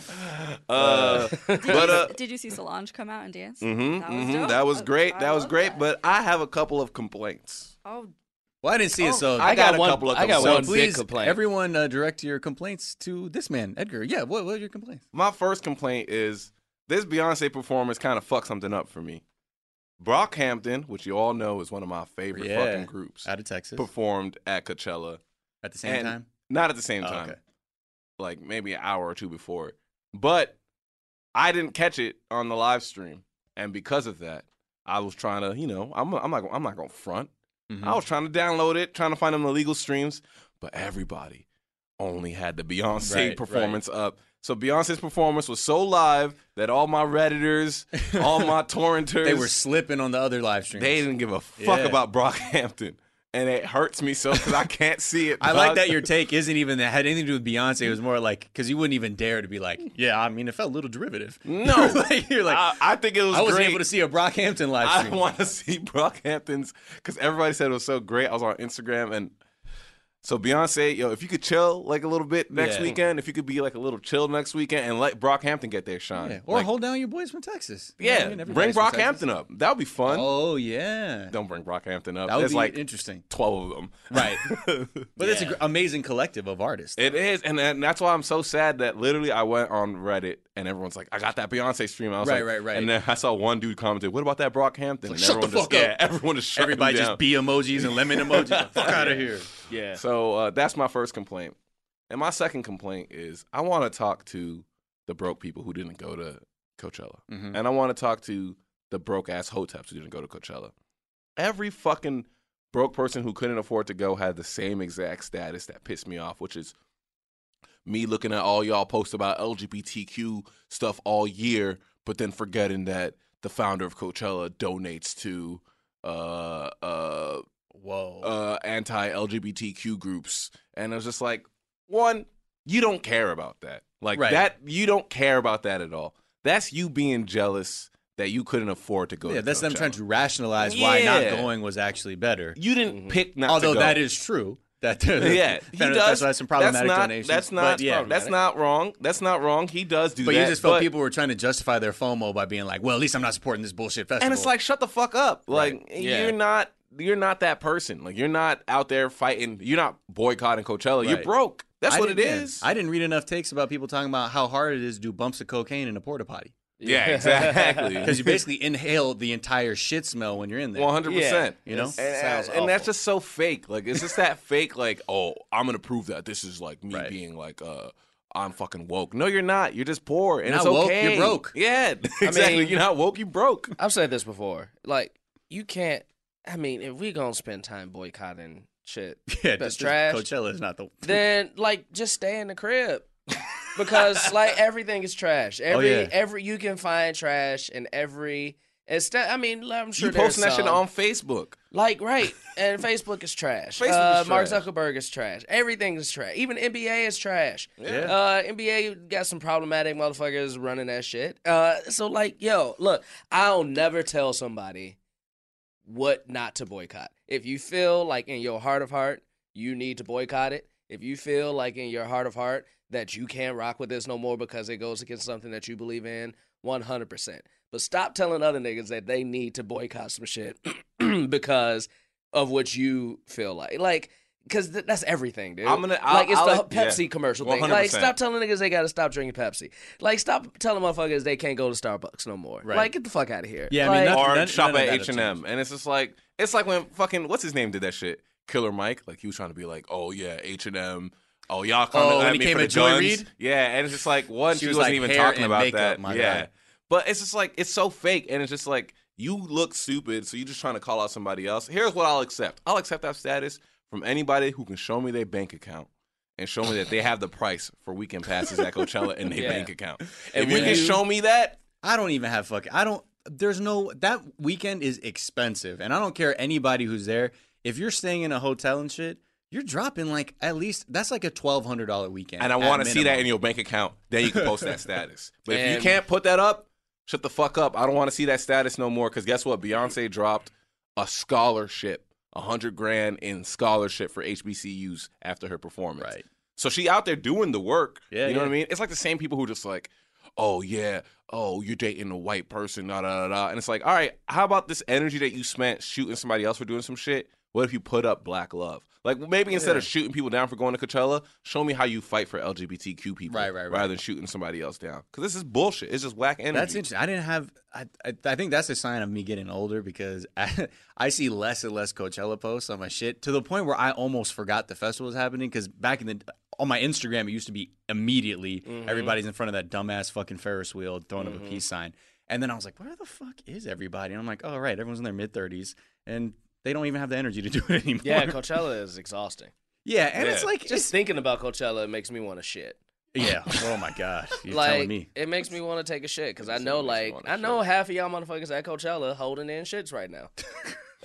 Uh, but uh, Did you see Solange come out and dance? mhm, That was mhm, dope. that was I- great. I that was love great. that. But I have a couple of complaints. Oh, Well, I didn't see it, so I got a one, couple of I got so one big please, complaint. everyone, uh, direct your complaints to this man, Edgar. Yeah, what, what are your complaints? My first complaint is this Beyonce performance kind of fucked something up for me. Brockhampton, which you all know is one of my favorite Yeah. fucking groups, Out of Texas performed at Coachella. at the same and- time. Not at the same Oh, time, okay. like maybe an hour or two before. But I didn't catch it on the live stream, and because of that, I was trying to, you know, I'm I'm not I'm not gonna front. Mm-hmm. I was trying to download it, trying to find them illegal streams, but everybody only had the Beyonce Right, right. performance up. So Beyonce's performance was so live that all my redditors, all my torrenters, They were slipping on the other live streams. they didn't give a fuck Yeah. about Brockhampton, and it hurts me so because I can't see it. I like dog. that your take isn't even that had anything to do with Beyonce. It was more like because you wouldn't even dare to be like, yeah. I mean, it felt a little derivative. No. like, you're like, I, I think it was. I wasn't great. able to see a Brockhampton live I stream. want to see Brockhampton's because everybody said it was so great. I was on Instagram and so Beyonce, yo, if you could chill like a little bit next Yeah. weekend, if you could be like a little chill next weekend and let Brockhampton get their shine, Yeah, Or Like, hold down your boys from Texas. You know what I yeah, mean? bring Everybody's from Texas. Brockhampton up. That would be fun. Oh yeah, Don't bring Brockhampton up. that would There's be like interesting. twelve of them, Right. But it's an amazing collective of artists. It is, and, and that's why I'm so sad that literally I went on Reddit and everyone's like, "I got that Beyonce stream." I was Right, like, right, right. And then I saw one dude commented, "What about that Brockhampton?" and shut the everyone just, fuck up. Yeah, everyone just shut him Everybody down. just bee emojis and lemon emojis. Like, Fuck out of here. Yeah. So uh, that's my first complaint. And my second complaint is I want to talk to the broke people who didn't go to Coachella. Mhm. And I want to talk to the broke ass hoteps who didn't go to Coachella. Every fucking broke person who couldn't afford to go had the same exact status that pissed me off, which is me looking at all y'all posts about LGBTQ stuff all year, but then forgetting that the founder of Coachella donates to uh uh Whoa. uh, anti LGBTQ groups. And I was just like, one, you don't care about that. Like Right. that, you don't care about that at all. That's you being jealous that you couldn't afford to go. yeah, to that's them Coachella. trying to rationalize why Yeah. not going was actually better. You didn't pick not. Mm-hmm. Although to go. that is true. That yeah, that- he that's does. why some that's problematic not, donations. That's but not. yeah, that's not wrong. That's not wrong. He does do But that. you just felt people were trying to justify their FOMO by being like, "Well, at least I'm not supporting this bullshit festival." And it's like, shut the fuck up. Like Yeah. you're not you're not that person. Like you're not out there fighting. You're not boycotting Coachella. You're Right. broke. That's I what it didn't- yeah. is. I didn't read enough takes about people talking about how hard it is to do bumps of cocaine in a porta potty yeah, exactly. because you basically inhale the entire shit smell when you're in there. One hundred percent. you know? It's- And, Sounds and that's awful. just so fake. Like it's just that fake. Like oh, I'm gonna prove that this is like me Right. being like uh, I'm fucking woke. No, you're not. You're just poor, and You're it's not woke, okay. you're broke. Yeah, exactly. mean- you're not woke. You broke. I've said this before. Like, you can't. I mean, if we gonna spend time boycotting shit, yeah, this- that's this trash. Coachella is not the then like just stay in the crib because like everything is trash. Every Oh, yeah. every you can find trash in every. It's I mean, I'm sure you there's posting that shit some. on Facebook. Like right, and Facebook is trash. Facebook is uh, Mark trash. Zuckerberg is trash. Everything is trash. Even NBA is trash. Yeah. Uh, NBA got some problematic motherfuckers running that shit. Uh, so like, yo, look, I'll never tell somebody what not to boycott. If you feel like in your heart of heart you need to boycott it, if you feel like in your heart of heart that you can't rock with this no more because it goes against something that you believe in, one hundred percent. But stop telling other niggas that they need to boycott some shit because of what you feel like. Like, because th- that's everything, dude. I'm gonna- I'll- like, it's I'll- the Pepsi yeah. commercial thing. Like, 100%. stop telling niggas they gotta stop drinking Pepsi. Like, stop telling motherfuckers they can't go to Starbucks no more. Right. Like, get the fuck out of here. Yeah, I mean, Like, nothing- Or none- shop none of at that H and M, and it's just like it's like when fucking what's his name did that shit. Killer Mike, like he was trying to be like, oh yeah, H and M. Oh y'all coming Oh, at when he me came for the at Joy guns. Reid? Yeah, and it's just like one, She she, was wasn't like, even hair talking and about makeup, that. my yeah, God. but it's just like it's so fake, and it's just like you look stupid, so you're just trying to call out somebody else. Here's what I'll accept: I'll accept that status from anybody who can show me their bank account. And show me that they have the price for weekend passes at Coachella in their Yeah. bank account. And if you when can you- show me that, I don't even have fucking. I don't. There's no that weekend is expensive, and I don't care anybody who's there. If you're staying in a hotel and shit, you're dropping like at least that's like a twelve hundred dollar weekend. and I at want to see that minimum. in your bank account. Then you can post that status. But if you And- can't put that up, shut the fuck up. I don't want to see that status no more. Because guess what? Beyonce dropped a scholarship, a hundred grand in scholarship for HBCUs after her performance. Right. So she out there doing the work. Yeah, you know what I yeah. mean? It's like the same people who just like, oh yeah, oh you're dating a white person, da da da da. And it's like, all right, how about this energy that you spent shooting somebody else for doing some shit? What if you put up black love? Like maybe instead of shooting people down for going to Coachella, show me how you fight for LGBTQ people, Right, right, right. rather than shooting somebody else down. Because this is bullshit. It's just whack energy. That's interesting. I didn't have. I, I I think that's a sign of me getting older because I, I see less and less Coachella posts on my shit to the point where I almost forgot the festival was happening because back in the on my Instagram it used to be immediately Mm-hmm. everybody's in front of that dumbass fucking Ferris wheel throwing up a peace sign, and then I was like, where the fuck is everybody? And I'm like, oh right, everyone's in their mid thirties and they don't even have the energy to do it anymore. Yeah, Coachella is exhausting. yeah, and Yeah. it's like Just thinking about Coachella it makes me want to shit. it's, yeah. Oh my god, you're like telling me. it makes me want to take a shit because I Makes know me like wanna I know half of y'all motherfuckers at Coachella holding in shits right now.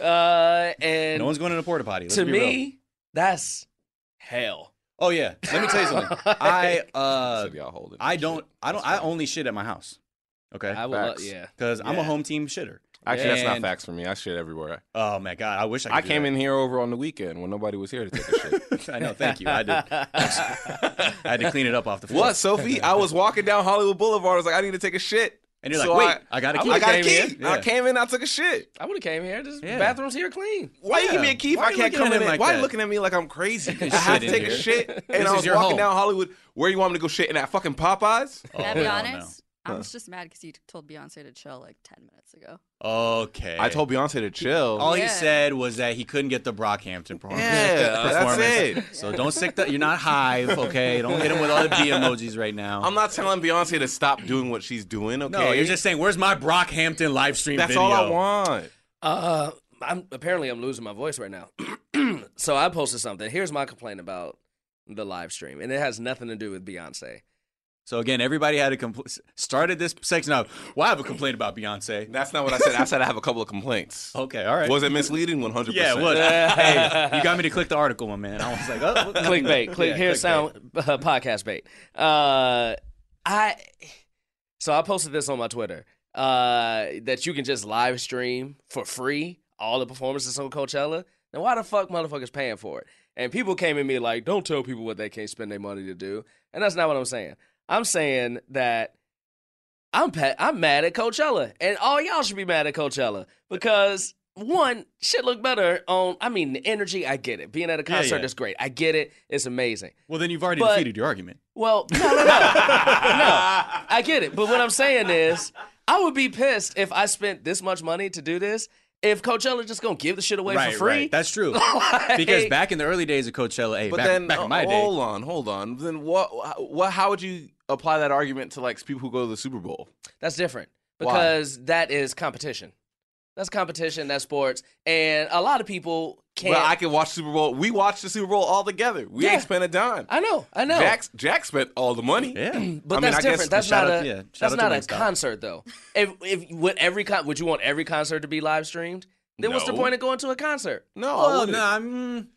uh, and No one's going in a porta potty. Let's to be real. me, that's hell. oh yeah. Let me tell you something. I uh, Said y'all holding I that don't. shit. I don't. I only shit at my house. I Okay. would, love, Facts. yeah. Because I'm a Yeah. home team shitter. Actually, that's not And- facts for me. I shit everywhere. Oh my god! I wish I. Could I, do came that. in here over on the weekend when nobody was here to take a shit. I know. Thank you. I did. I had to clean it up off the floor. what, Sophie? I was walking down Hollywood Boulevard. I was like, I need to take a shit. And you're like, wait, I got a key. I got a I came key. in. I Yeah. came in. I took a shit. I would have came here. Just Yeah. bathrooms here clean. Why you Yeah. give me a key if Why I you can't looking come at in? him and- like why that? you looking at me like I'm crazy? I can have shit to in take a here. shit, and This I is was your walking home. down Hollywood. Where you want me to go shitting at fucking Popeyes? Oh, Can I be hell no. honest? I was just mad because he t- told Beyonce to chill like 10 minutes ago. Okay. I told Beyonce to chill. All Yeah. he said was that he couldn't get the Brockhampton performance. Yeah, that's performance. it. So don't sick that. You're not hive. Okay. Don't hit him with all the B emojis right now. I'm not telling Beyonce to stop doing what she's doing. Okay, no, you're just saying, where's my Brockhampton live stream that's video? all I want. Uh, I'm apparently I'm losing my voice right now. so I posted something. Here's my complaint about the live stream, and it has nothing to do with Beyonce. So again, everybody had a compl- started this section out. Well, I have a complaint about Beyonce. That's not what I said. I said I have a couple of complaints. Okay, all right. Was it misleading? 100. Yeah, it was. hey, you got me to click the article, my man. I was like, oh, what- clickbait. Click Yeah, here clickbait. sound uh, podcast bait. Uh, I so I posted this on my Twitter uh, that you can just live stream for free all the performances on Coachella. Then why the fuck motherfuckers paying for it? And people came at me like, don't tell people what they can't spend their money to do. And that's not what I'm saying. I'm saying that I'm pa- I'm mad at Coachella, and all y'all should be mad at Coachella because one shit look better on. I mean, the energy, I get it. Being at a Yeah, concert yeah. is great. I get it. It's amazing. Well, then you've already But- defeated your argument. Well, no, no, no, no. I get it. But what I'm saying is, I would be pissed if I spent this much money to do this. If Coachella just gonna give the shit away for free, That's true. Like- because back in the early days of Coachella, hey, But back, then, back in my uh, day, hold on, hold on. Then what? What? How would you apply that argument to like people who go to the Super Bowl? That's different Why? because that is competition. That's competition. That's sports, and a lot of people can't. Well, I can watch Super Bowl. We watched the Super Bowl all together. We Yeah. ain't spent a dime. I know, I know. Jack, Jack spent all the money. yeah, but I mean, that's I guess different. That's shout not out- a yeah, shout that's out to not a Wingstop. concert though. If if would every con- would you want every concert to be live streamed? Then what's the No. point of going to a concert? No, I well, wouldn't. no, I'm,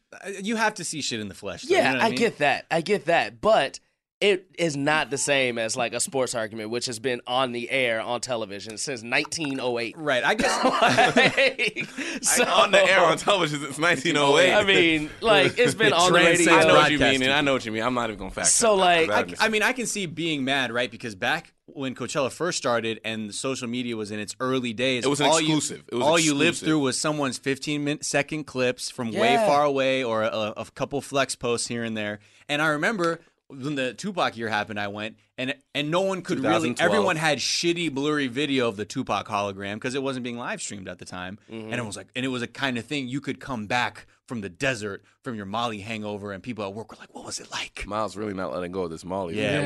you have to see shit in the flesh. though, Yeah, you know what I mean? get that. I get that. But it is not the same as like a sports argument, which has been on the air on television since 1908. Right, I guess. Like, so, on the air on television since 1908. I mean, like it's been on the Transcends radio. I know what you mean, broadcasting. and I know what you mean. I'm not even gonna fact. So, check that, like, 'cause I- don't I mean, I can see being mad, right? Because back when Coachella first started and social media was in its early days, It was an all exclusive. You, It was all you lived exclusive. through was someone's 15 minute, second clips from way Yeah. far away or a, a couple flex posts here and there. And I remember when the Tupac year happened, I went and and no one could really. 2012. Everyone had shitty, blurry video of the Tupac hologram because it wasn't being live streamed at the time, Mm-hmm. and it was like, and it was a kind of thing you could come back. From the desert, from your Molly hangover, and people at work were like, "What was it like?" Miles really not letting go of this Molly. Yeah,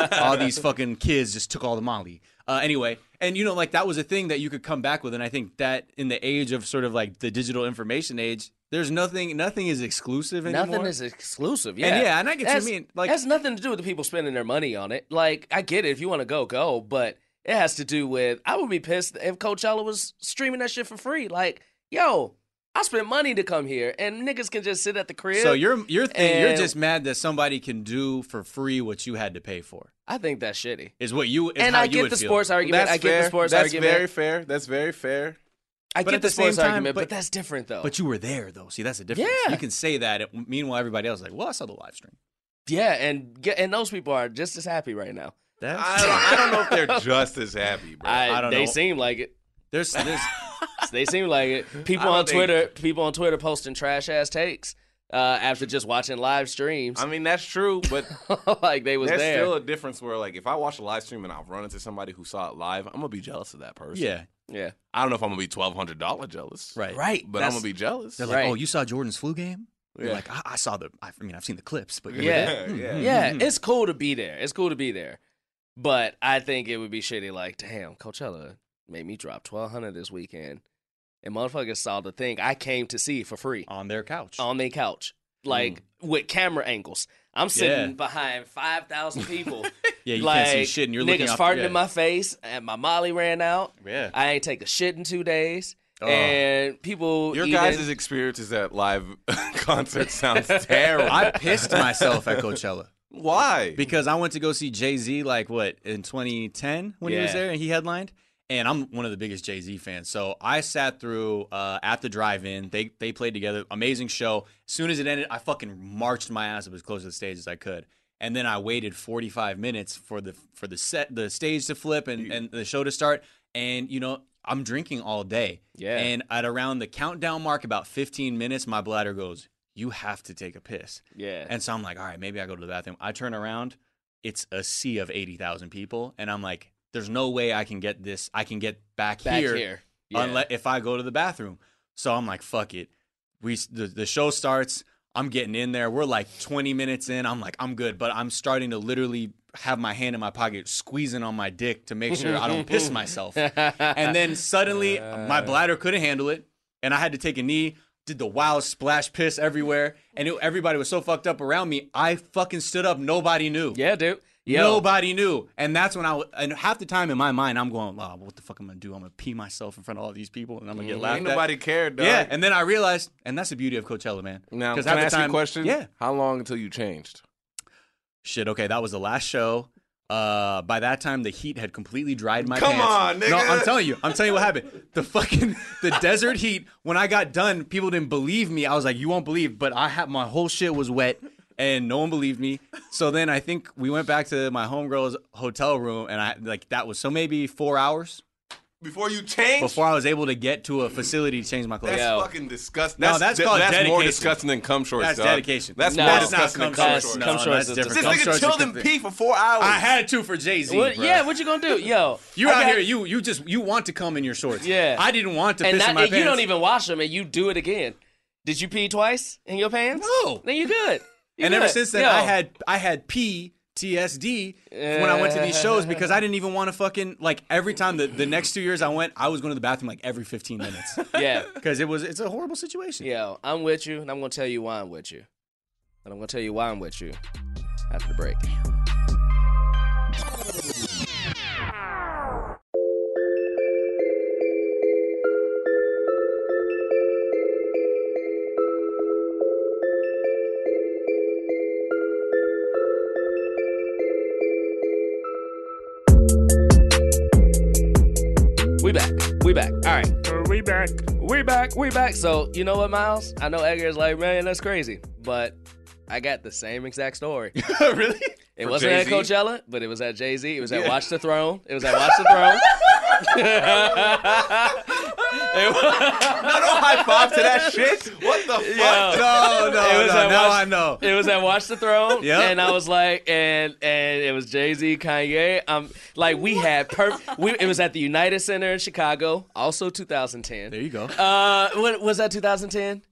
look, all these fucking kids just took all the Molly. Uh, anyway, and you know, like that was a thing that you could come back with, and I think that in the age of sort of like the digital information age, there's nothing, nothing is exclusive anymore. Nothing is exclusive. Yeah, And yeah, and I get what you That's- mean, like- that's nothing to do with the people spending their money on it. Like, I get it. If you want to go, go. But it has to do with. I would be pissed if Coachella was streaming that shit for free. Like, yo, I spent money to come here, and niggas can just sit at the crib. So your your thing, you're And- just mad that somebody can do for free what you had to pay for. I think that's shitty. Is what you is And how I you get would the feel. sports argument. That's I get fair. the sports That's argument. very fair. That's very fair. I But get at the, the same sports time- argument, but, but- that's different though. But you were there though. See, that's the difference. Yeah. You can say that. and Meanwhile, everybody else is like, well, I saw the live stream. yeah, and get- and those people are just as happy right now. That's I don't, I don't know if they're just as happy, bro. I, I don't they know. seem like it. there's there's They seem like it. People I on don't think- Twitter, people on Twitter posting trash ass takes. uh, after just watching live streams. I mean, that's true, but like they was there's there. still a difference where, like, if I watch a live stream and I run into somebody who saw it live, I'm gonna be jealous of that person. Yeah, yeah, I don't know if I'm gonna be twelve hundred dollar jealous, right. right. But I'm That's- gonna be jealous. They're like, Right. oh, you saw Jordan's flu game? You're Yeah. like, I, I saw the. I mean, I've seen the clips, but you were there? yeah, Mhm, yeah. yeah, mhm. it's cool to be there. It's cool to be there. But I think it would be shitty. Like, damn, Coachella made me drop twelve hundred this weekend, and motherfuckers saw the thing I came to see for free on their couch. Mm. on their couch, like with camera angles. I'm sitting Yeah. behind five thousand people. yeah, you like, can't see shit, and you're niggas looking out- farting yeah. in my face, and my Molly ran out. Yeah. I ain't take a shit in two days, Oh. and people. Your eating- guys' experiences at live concert sounds terrible. I pissed myself at Coachella Why? because I went to go see Jay Z like what in 2010 when he was Yeah. there and he headlined. And I'm one of the biggest Jay Z fans, so I sat through uh, at the drive-in. They they played together, amazing show. As soon as it ended, I fucking marched my ass up as close to the stage as I could, and then I waited 45 minutes for the for the set, the stage to flip, and, and the show to start. And you know, I'm drinking all day, Yeah. And at around the countdown mark, about 15 minutes, my bladder goes, "You have to take a piss." Yeah. And so I'm like, all right, maybe I go to the bathroom. I turn around, it's a sea of 80,000 people. And I'm like, there's no way I can get this, I can get back, back here, here. Yeah. unless if I go to the bathroom. So I'm like, fuck it. We the, the show starts. I'm getting in there. We're like 20 minutes in. I'm like, I'm good, but I'm starting to literally have my hand in my pocket, squeezing on my dick to make sure I don't piss myself. And then suddenly, my bladder couldn't handle it, and I had to take a knee. Did the wild splash piss everywhere, and it, everybody was so fucked up around me. I fucking stood up. Nobody knew. yeah, dude. Yo. Nobody knew, and that's when I w- and half the time in my mind I'm going, "Wow, what the fuck am I gonna do? I'm gonna pee myself in front of all these people, and I'm gonna get laughed Ain't at." nobody cared, dog. yeah, and then I realized, and that's the beauty of Coachella, man. Now, 'Cause can half I the ask you a time- question? Yeah. How long until you changed? Shit. Okay, that was the last show. Uh, by that time the heat had completely dried my Come pants. on, No, nigga. I'm telling you, I'm telling you what happened. The fucking the desert heat. When I got done, people didn't believe me. I was like, you won't believe, but I had my whole shit was wet. And no one believed me. So then I think we went back to my homegirl's hotel room, and I like that was so maybe four hours. Before you changed? before I was able to get to a facility to change my clothes. that's Yeah. fucking disgusting. No, That's, that's that- called that's more dedication. disgusting than cum shorts. That's dog. dedication. That's No. more That's not disgusting than cum cum shorts. shorts. No, shorts that's is different. different. This Cum nigga shorts chilled is in different. pee for four hours. I had to for Jay Z. What, yeah, what you gonna do, yo? you I out got- here. You you just you want to come in your shorts. Yeah. I didn't want to and piss not, in my and pants. you don't even wash them, and you do it again. Did you pee twice in your pants? No. Then you good. You And ever good. since then, Yo. I had I had PTSD when I went to these shows because I didn't even want to fucking like every time the, the next two years I went I was going to the bathroom like every 15 minutes yeah, because it was it's a horrible situation. yo, I'm with you, and I'm gonna tell you why I'm with you, and I'm gonna tell you why I'm with you after the break. We back. We back. All right. We back. We back. We back. So, you know what, Miles? I know Edgar's like, man, that's crazy. But I got the same exact story. really? It For wasn't Jay-Z? at Coachella, but it was at Jay Z. It was at Watch the Throne. It was at Watch the Throne. no, no high five to that shit. What the fuck? Yo. No, no, was no. at Now Wash- I know. It was at Watch the Throne. Yep. And I was like, and and it was Jay Z, Kanye. Um, like we had perfect. We it was at the United Center in Chicago, also 2010. There you go. Uh, what was that? 2010.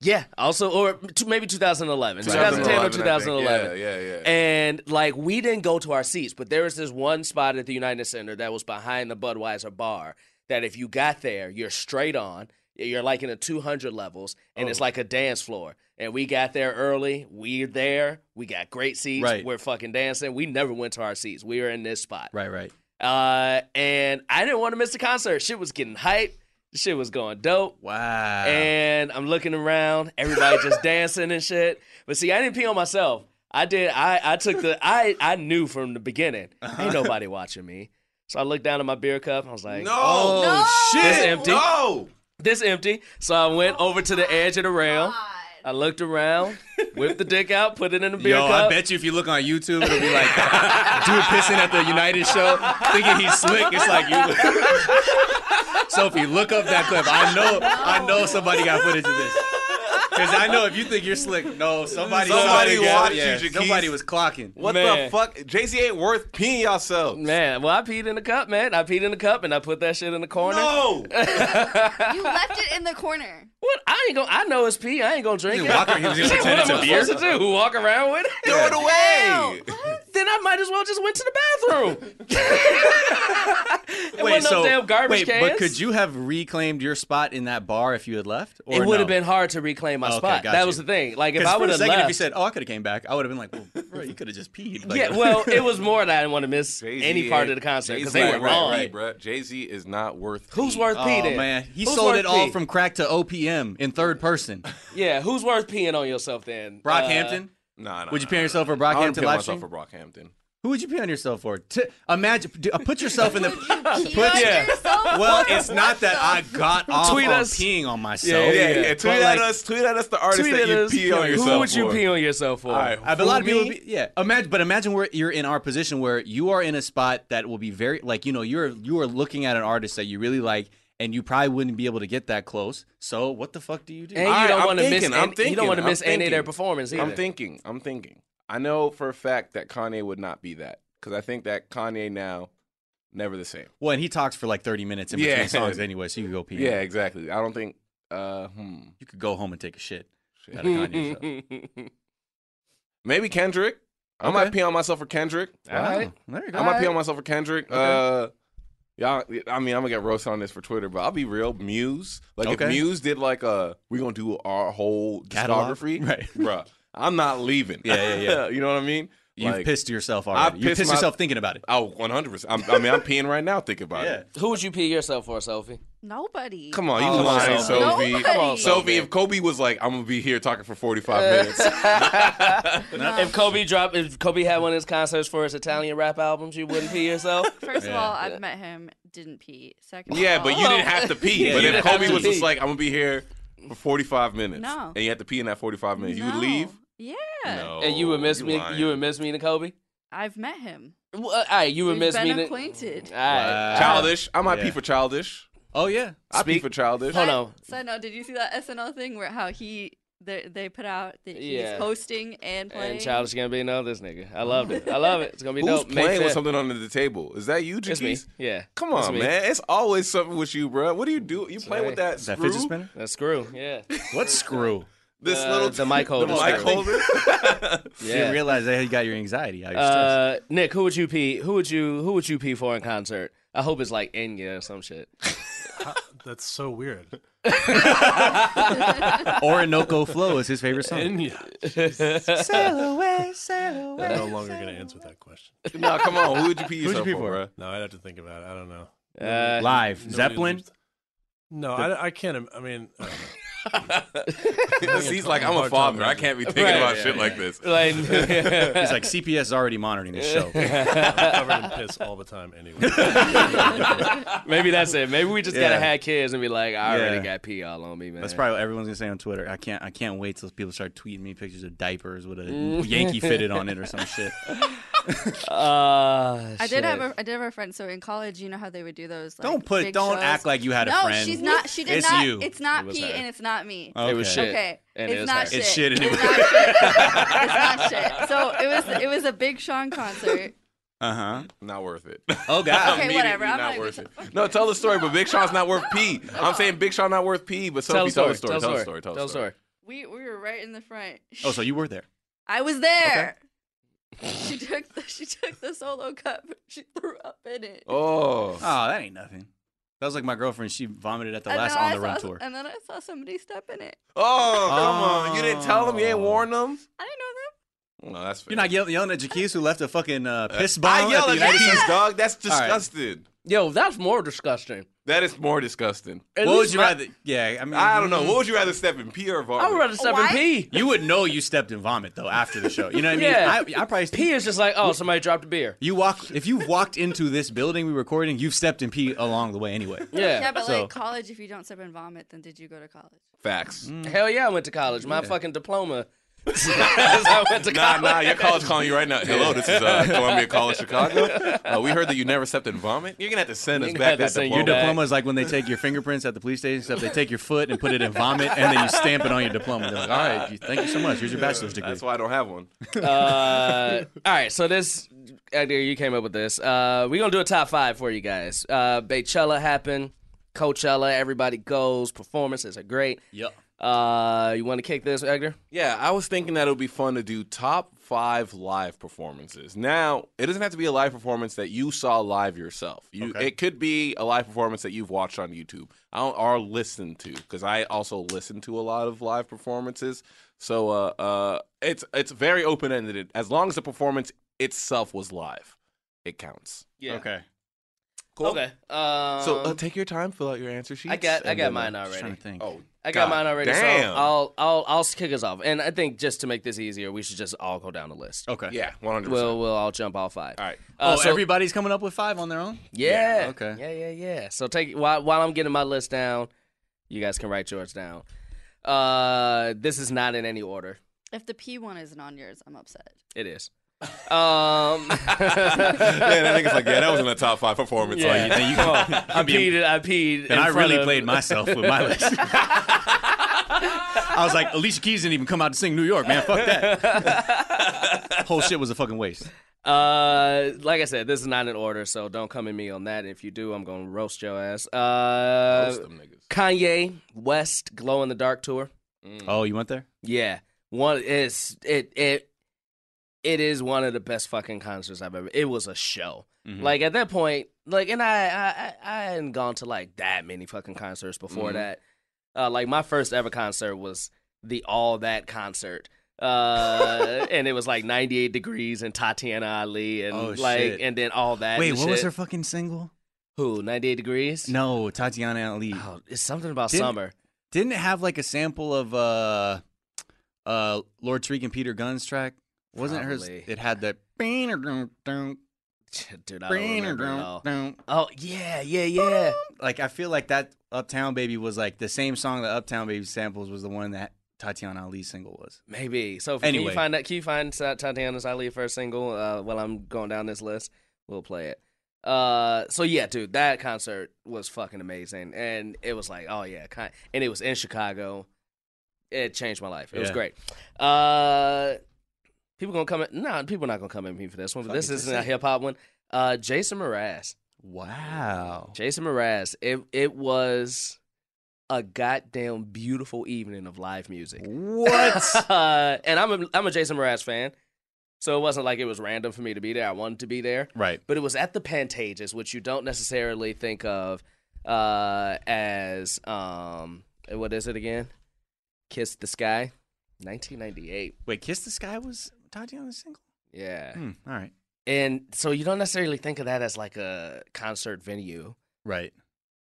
Yeah, also or t- maybe 2011. 2010 or 2011. Yeah, yeah, yeah. And like we didn't go to our seats, but there was this one spot at the United Center that was behind the Budweiser bar that if you got there, you're straight on. You're like in the 200 levels, and Oh. it's like a dance floor. And we got there early. We're there. We got great seats. Right. We're fucking dancing. We never went to our seats. We were in this spot. Right, right. Uh, and I didn't want to miss the concert. Shit was getting hype. Shit was going dope. Wow. And I'm looking around, everybody just dancing and shit. But see, I didn't pee on myself. I did. I, I took the. I, I knew from the beginning. Ain't nobody watching me. So I looked down at my beer cup. and I was like, no. oh this shit. empty. No. This empty. So I went over to the edge of the rail. God. I looked around, whipped the dick out, put it in the beer Yo, cup. I bet you if you look on YouTube, it'll be like dude pissing at the United show, thinking he's slick. It's like you. so if you look up that clip, I know, I know somebody got footage of this. Because I know if you think you're slick, no, somebody Somebody somebody, watched yeah, you, Jaquise. somebody was clocking. What Man. the fuck? Jay-Z ain't worth peeing yourself. Man, well, I peed in the cup, man. I peed in the cup and I put that shit in the corner. No. You left it in the corner. What? I ain't gonna. I know it's pee. I ain't gonna drink He was it. walking- he was gonna Shit, pretend what it's am a I beer. supposed to do? Walk around with it? Throw it away. Ew, what? then I might as well just went to the bathroom. it Wait, wasn't so no damn garbage wait, cans. but could you have reclaimed your spot in that bar if you had left? Or It would have no? been hard to reclaim my Okay, spot. got That you. was the thing. Like if 'Cause I for would a have second, left, if you said, "Oh, I could have came back," I would have been like, "Well, bro, you could have just peed." Like- yeah. Well, it was more that I didn't want to miss Jay-Z any part of ain't- the concert because Jay-Z they were ain't worth wrong. pee, bruh. Jay-Z is not worth Who's pee. worth Oh pee? Then man, he Who's sold worth it all pee? from crack to OPM in third person. yeah. Who's worth peeing on yourself then? Uh, Brockhampton. Nah, nah, Would you nah, pay nah, yourself for nah. I wouldn't Brockhampton pay live myself stream? for Brockhampton. Who would you pee on yourself for? T- imagine, d- uh, put yourself in the. Pee Put- on yeah. yourself? Well, it's not that I got off Tweet on us. peeing on myself. Yeah, yeah, yeah. Tweet But, at like, us. Tweet at us the artist Tweet that at you us. pee on yourself Who would you for. pee on yourself for? All right, I- but a lot of who, people, me? be, yeah. Imagine, but imagine where you're in our position where you are in a spot that will be very, like you know, you're you are looking at an artist that you really like, and you probably wouldn't be able to get that close. So what the fuck do you do? And All you right, don't I'm want to miss. thinking, I'm any- you don't thinking, want to I'm miss any of their thinking. performance either. I'm thinking. I'm thinking. I know for a fact that Kanye would not be that because I think that Kanye now never the same. well, and he talks for like 30 minutes in Yeah. between songs anyway, so you could go pee. Yeah, exactly. I don't think. Uh, hmm. you could go home and take a shit. Shit. At a Kanye show. Maybe Kendrick. I Okay. might pee on myself for Kendrick. All right. Wow, there you go. I might pee Alright. on myself for Kendrick. Uh, y'all, I mean, I'm gonna get roasted on this for Twitter, but I'll be real. Muse, like Okay. if Muse did like a, we gonna do our whole Catalog? discography, Right. Bruh, I'm not leaving. Yeah, yeah, yeah. you know what I mean? You've Like, pissed yourself already. You pissed pissed my- yourself thinking about it. Oh, 100. percent I mean, I'm peeing right now. Think about it. Who would you pee yourself for, Sophie? Nobody. Come on, you Oh, lying, Sophie. Sophie. Come on, Sophie. Sophie. If Kobe was like, I'm gonna be here talking for 45 minutes. If Kobe dropped, if Kobe had one of his concerts for his Italian rap albums, you wouldn't pee yourself. First of Yeah. all, I've met him. Didn't pee. Second. Yeah, of but all, you didn't have to pee. Oh. Yeah, but you if didn't have Kobe to was just pee. like, I'm gonna be here for 45 minutes, No. and you had to pee in that 45 minutes, you would No. leave. Yeah. No, and you would miss me. Oh, lying. You would miss me to Kobe. I've met him. Well, uh, all right, you would We've miss been me. to- acquainted. All right. Wow. childish. I might pee Yeah. for childish. Uh, Oh yeah. I pee Speak- for childish. Hold on. Side note: Did you see that SNL thing where how he they, they put out that he's Yeah. hosting and playing? And Childish Gambino, this nigga. I loved it. I love it. It's gonna be Who's dope. May playing with 5th. something under the table? Is that you, It's me. Jaquise? Yeah. Come It's on, me. man. It's always something with you, bro. What do you do? You playing with that Is that screw? fidget spinner? That screw. Yeah. What screw? This Uh, little the mic holder The mic screw. holder. You didn't Yeah. realize that you got your anxiety out. Your stress. Uh, Nick, who would you pee? Who would you? Who would you pee for in concert? I hope it's like Enya or some shit. That's so weird. Orinoco Flow is his favorite song. And yeah, sail away, sail away. I'm no longer gonna answer that question. no, come on. Who would you pee Who'd you yourself pee for, for? bro? No, I'd have to think about it. I don't know. Uh, Live Nobody Zeppelin. leaves- No, I, I can't. im- I mean, uh, I don't know. He's like, I'm a Hard time father. I managing. can't be thinking Right. about shit like this. like, He's like CPS already monitoring this show. I'm covered in piss all the time anyway. maybe that's it. Maybe we just gotta Yeah. have kids and be like, I Yeah. already got pee all on me, man. That's probably what everyone's gonna say on Twitter. I can't. I can't wait till people start tweeting me pictures of diapers with a Yankee fitted on it or some shit. Uh, I did have shit. a I did have a friend. So in college, you know how they would do those. Like, Don't put. big Don't shows? act like you had a no, friend. she's not. She did It's not. you. It's not It was P her. and it's not me. Okay. It was shit. Okay, And it's it was not her. shit. It's shit anyway. It's not shit. it's not shit. So it was it was a Big Sean concert. Uh huh. Not worth it. Oh god. Okay, Immediately whatever. I'm not not worth even- it. No, tell the story, but Big Sean's not worth P. I'm saying Big Sean not worth P, but Sophie, Tell the tell the story. story. Tell the story. Tell the story. We we were right in the front. Oh, so you were there. I was there. She took the, she took the solo cup. She threw up in it. Oh. Oh, that ain't nothing. That was like my girlfriend. She vomited Uh, at the And last then on I the run saw- tour. And then I saw somebody step in it. Oh, come on. You didn't tell them? You ain't Oh. warn them? I didn't know them. No, that's fair. You're not yell- yelling at Jaquise who left a fucking uh, piss bomb. I yell the at United States- Yankees, dog. That's right. disgusting. Yo, that's more disgusting. That is more disgusting. At What would least you my- rather? Yeah, I mean, I don't know. What would you rather step in, pee or vomit? I would rather step in Why? pee. You would know you stepped in vomit though after the show. You know what I mean? Yeah. I, I probably Pee is just like, oh, somebody dropped a beer. You walk if you've walked into this building we're recording, you've stepped in pee along the way anyway. Yeah. Yeah, but so- like college, if you don't step and vomit, then did you go to college? Facts. Hell yeah, I went to college. My fucking diploma I went to Nah, college. nah, your college calling you right now. Hello, this is uh, Columbia College Chicago. Uh, we heard that you never slept in vomit. You're gonna have to send us You're gonna back have to that send diploma. your Your diploma is like when they take your fingerprints at the police station and stuff. They take your foot and put it in vomit, and then you stamp it on your diploma. They're like, all right, you- thank you so much. Here's your bachelor's degree. That's why I don't have one. uh, all right, so this idea you came up with this. Uh, we're gonna do a top five for you guys. Uh, Baychella happened, Coachella, everybody goes. Performances are great. Yep. Uh, you want to kick this, Edgar? Yeah, I was thinking that it would be fun to do top five live performances. Now, it doesn't have to be a live performance that you saw live yourself. You, It could be a live performance that you've watched on YouTube I don't, or listened to, because I also listen to a lot of live performances. So uh, uh, it's it's very open ended. As long as the performance itself was live, it counts. Yeah. Okay. Cool. Okay. Um, So uh, take your time, fill out your answer sheets. I got I and got then, uh, mine Just trying already. to think. Oh, I got God mine already. So damn. I'll I'll I'll kick us off, and I think just to make this easier, we should just all go down the list. Oh, Okay. yeah, 100%. We'll we'll all jump all five. All right. Uh, oh, so- everybody's coming up with five on their own. Yeah. Yeah, okay. Yeah, yeah, yeah. So take while while I'm getting my list down, you guys can write yours down. Uh, this is not in any order. If the P one isn't on yours, I'm upset. It is. Um, yeah, and I think it's like, yeah, that was in the top five performance. Yeah. Like, You think you can, I peed. I peed. and in I front really of- played myself with my list. I was like, Alicia Keys didn't even come out to sing New York, man. Fuck that. Whole shit was a fucking waste. Uh, like I said, this is not in order, so don't come at me on that. If you do, I'm gonna roast your ass. Uh, Roast them niggas. Mm. Kanye West Glow in the Dark tour. Oh, you went there? Yeah, one is it it it is one of the best fucking concerts I've ever. It was a show. Mm-hmm. Like at that point, like and I I I I hadn't gone to like that many fucking concerts before Mm-hmm. that. Uh, like my first ever concert was the All That concert. Uh, and it was like 98 degrees and Tatiana Ali and Oh, like shit. and then all that. Wait, and what was shit. her fucking single? who 98 degrees? No, Tatiana Ali. Oh, it's something about Didn't- summer. Didn't it have like a sample of uh uh Lord Treek and Peter Gunn's track? Wasn't Probably. hers it had that like Dude, I don't remember at all. Oh yeah, yeah, yeah. I feel like that Uptown Baby was like the same song that Uptown Baby samples was the one that Tatiana Ali's single was. Maybe. So can you Anyway. find that? Can you find Ta- Tatiana's Ali first single? Uh, while I'm going down this list, we'll play it. Uh, so yeah, dude, that concert was fucking amazing, and it was like, oh yeah, kind, and it was in Chicago. It changed my life. It was Yeah. great. Uh, people gonna come? At, nah, people not gonna come at me for this one. But this Fuck it, just isn't a say it. hip hop one. Uh, Jason Mraz. Wow. Jason Mraz. It it was a goddamn beautiful evening of live music. What? uh, and I'm a, I'm a Jason Mraz fan, so it wasn't like it was random for me to be there. I wanted to be there, right. but it was at the Pantages, which you don't necessarily think of uh, as um, what is it again? Kiss the Sky, 1998. Wait, Kiss the Sky was Tatiana's single? Yeah, Hmm, all right. and so you don't necessarily think of that as like a concert venue, Right.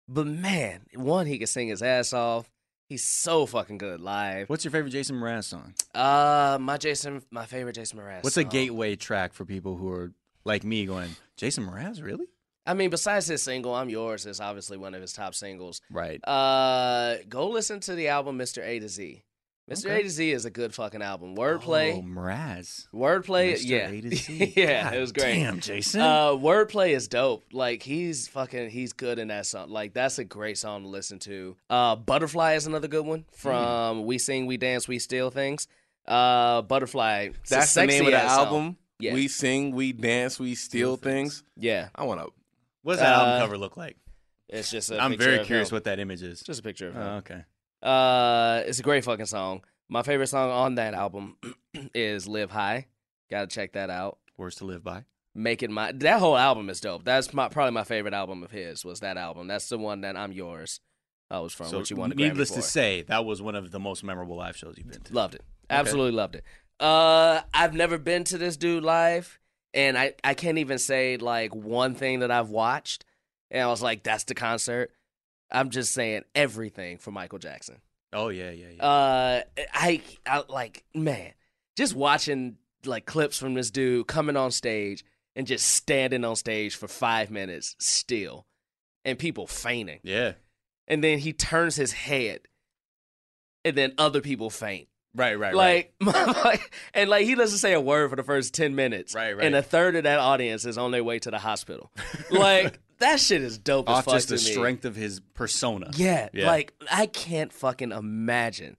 but man, one he can sing his ass off. He's so fucking good live. What's your favorite Jason Mraz song? Uh, my Jason, my favorite Jason Mraz. What's a song. gateway track for people who are like me going, Jason Mraz, really? I mean, besides his single, I'm Yours is obviously one of his top singles. Right. Uh, go listen to the album Mr. A to Z. Mr. A Okay. to Z is a good fucking album. Wordplay, Oh, Mraz. wordplay, Mr. yeah, A to Z. yeah, God it was great. Damn, Jason. Uh, wordplay is dope. Like he's fucking, he's good in that song. Like that's a great song to listen to. Uh, Butterfly is another good Hmm. one from We Sing, We Dance, We Steal Things. Uh, Butterfly. it's a That's the name of the sexy-ass song. album. Yeah. We sing, we dance, we steal things. Yeah, I want to. what does that uh, album cover look like? it's just. i I'm very curious what that image is. Just a picture of him. Oh, okay. Uh, it's a great fucking song. My favorite song on that album is "Live High." Gotta check that out. Words to live by. Make it my that whole album is dope. That's my probably my favorite album of his was that album. That's the one that I'm yours. I was from what you wanted. needless Grammy to for. say, that was one of the most memorable live shows you've been to. loved it. Absolutely loved it. Uh, I've never been to this dude live, and I I can't even say like one thing that I've watched, and I was like, that's the concert. I'm just saying everything for Michael Jackson. Oh yeah, yeah, yeah. uh I, I like man just watching like clips from this dude coming on stage and just standing on stage for five minutes still and people fainting yeah. and then he turns his head and then other people faint Right, right, right. Like, and like he doesn't say a word for the first ten minutes. Right, right. And a third of that audience is on their way to the hospital. like that shit is dope as Off fuck just to the me. strength of his persona. Yeah, Yeah. like I can't fucking imagine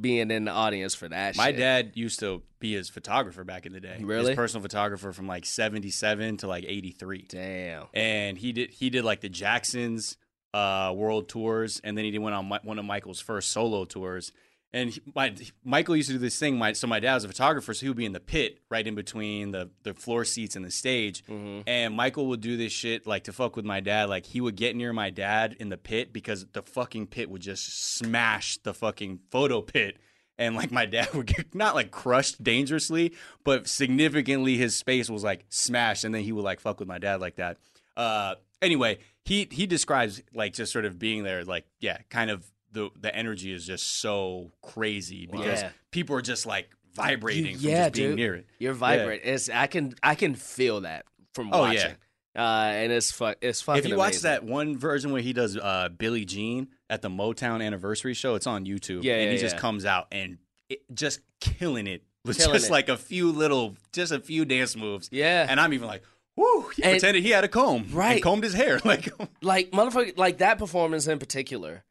being in the audience for that. My shit. dad used to be his photographer back in the day. Really? His personal photographer from like 77 to like 83. Damn. And he did he did like the Jacksons uh, world tours and then he did went on Mi- one of Michael's first solo tours. And he, my, Michael used to do this thing. My, so my dad was a photographer, so he would be in the pit right in between the, the floor seats and the stage. And Michael would do this shit like to fuck with my dad. Like he would get near my dad in the pit because the fucking pit would just smash the fucking photo pit. And like my dad would get not like crushed dangerously, but significantly his space was like smashed. And then he would like fuck with my dad like that. Uh, anyway, he he describes like just sort of being there, like yeah, kind of the the energy is just so crazy because Yeah. people are just like vibrating from yeah, just being dude. near it. You're vibrant. It's I can I can feel that from Oh, yeah. watching. Uh, and it's fu- it's fucking. if you watch amazing. that one version where he does uh, Billie Jean at the Motown anniversary show, it's on YouTube. Yeah, and yeah, he just yeah. comes out and it, just killing it with Killing just it. like a few little, just a few dance moves. yeah, And I'm even like, whoo! He And- pretended he had a comb, Right. And combed his hair like. like motherfucker, like that performance in particular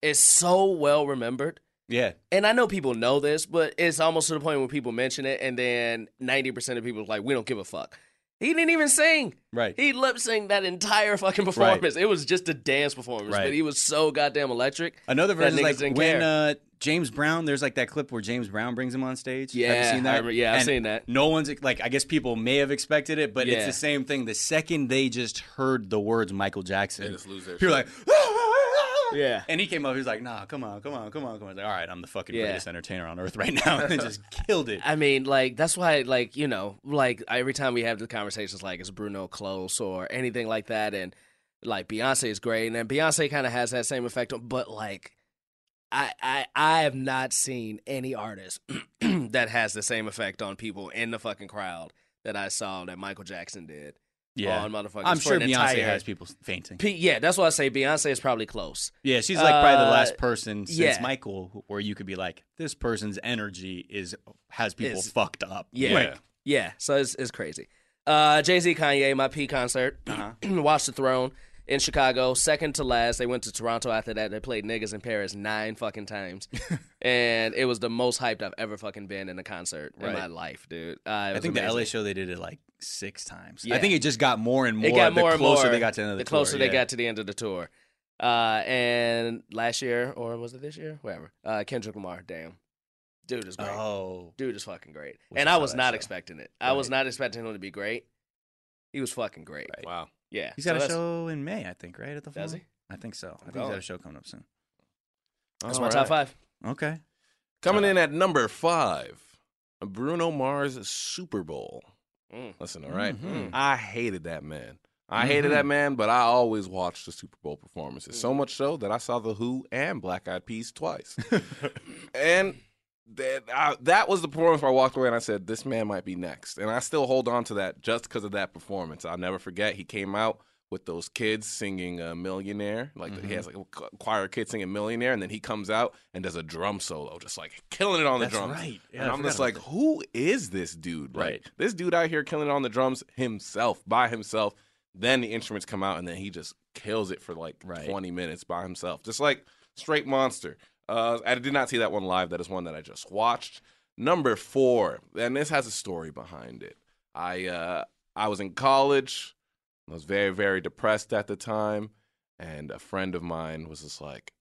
is so well remembered. yeah, And I know people know this, but it's almost to the point where people mention it, and then ninety percent of people are like, "We don't give a fuck." He didn't even sing. right. He lip synced that entire fucking performance. It was just a dance performance, Right. but he was so goddamn electric. Another That version is niggas like didn't when care. uh, James Brown. There's like that clip where James Brown brings him on stage. have Yeah, you I seen that? remember- yeah, I've And seen that. No one's like, I guess people may have expected it, but it's Yeah. the same thing. The second they just heard the words Michael Jackson, They just lose their people are like, "Ah, shit. Yeah. And he came up. He was like, Nah, come on, come on, come on, come on. I was like, all right, I'm the fucking Yeah. greatest entertainer on earth right now, and just killed it. I mean, like that's why, like you know, like every time we have the conversations, like it's Bruno close or anything like that, and like Beyonce is great, and then Beyonce kind of has that same effect. on- But like, I I I have not seen any artist that has the same effect on people in the fucking crowd that I saw that Michael Jackson did. Yeah, on motherfuckers. I'm for sure an Beyonce entire- has people fainting. P- yeah, that's why I say Beyonce is probably close. Yeah, she's like probably the Uh, last person since yeah. Michael who- where you could be like, this person's energy is has people Is- fucked up. Yeah. Like, Yeah, so it's, it's crazy. Uh, Jay Z, Kanye, my P concert, Uh-huh. Watch the Throne in Chicago, second to last. They went to Toronto after that. They played niggas in Paris nine fucking times, and it was the most hyped I've ever fucking been in a concert in Right. my life, dude. Uh, it I was think the LA amazing. show they did it like six times. I Yeah. think it just got more and more. It got the more and closer more. they got to the end of the, tour, closer they yeah. got to the end of the tour. Uh, and last year, or was it this year? Whatever. Uh, Kendrick Lamar, damn, dude is great. Oh, Dude is fucking great. We and saw I was that not show. expecting it. I was Right. not expecting him to be great. He was fucking great. Right. Wow. Yeah. he's So got a that's- show in May, I think, right at the Does Forum? he? I think so. I think he's going. got a show coming up soon. That's All my top right. five. Okay, Coming in at number five, Bruno Mars Super Bowl. Mm. Listen, all right? Mhm. I hated that man. I hated that man, but I always watched the Super Bowl performances. So much so that I saw The Who and Black Eyed Peas twice. and that, I, that was the performance where I walked away and I said, this man might be next. And I still hold on to that just because of that performance. I'll never forget. He came out with those kids singing uh, Millionaire. Like he has like a ch- choir of kids singing Millionaire. And then he comes out and does a drum solo, just like killing it on the That's drums. right. Yeah, and I I'm just forgot like, about who is this dude? Like, Right. This dude out here killing it on the drums himself, by himself. Then the instruments come out, and then he just kills it for like Right. 20 minutes by himself. Just like straight monster. Uh, I did not see that one live. That is one that I just watched. Number four, and this has a story behind it. I uh, I was in college. I was very very depressed at the time, and a friend of mine was just like,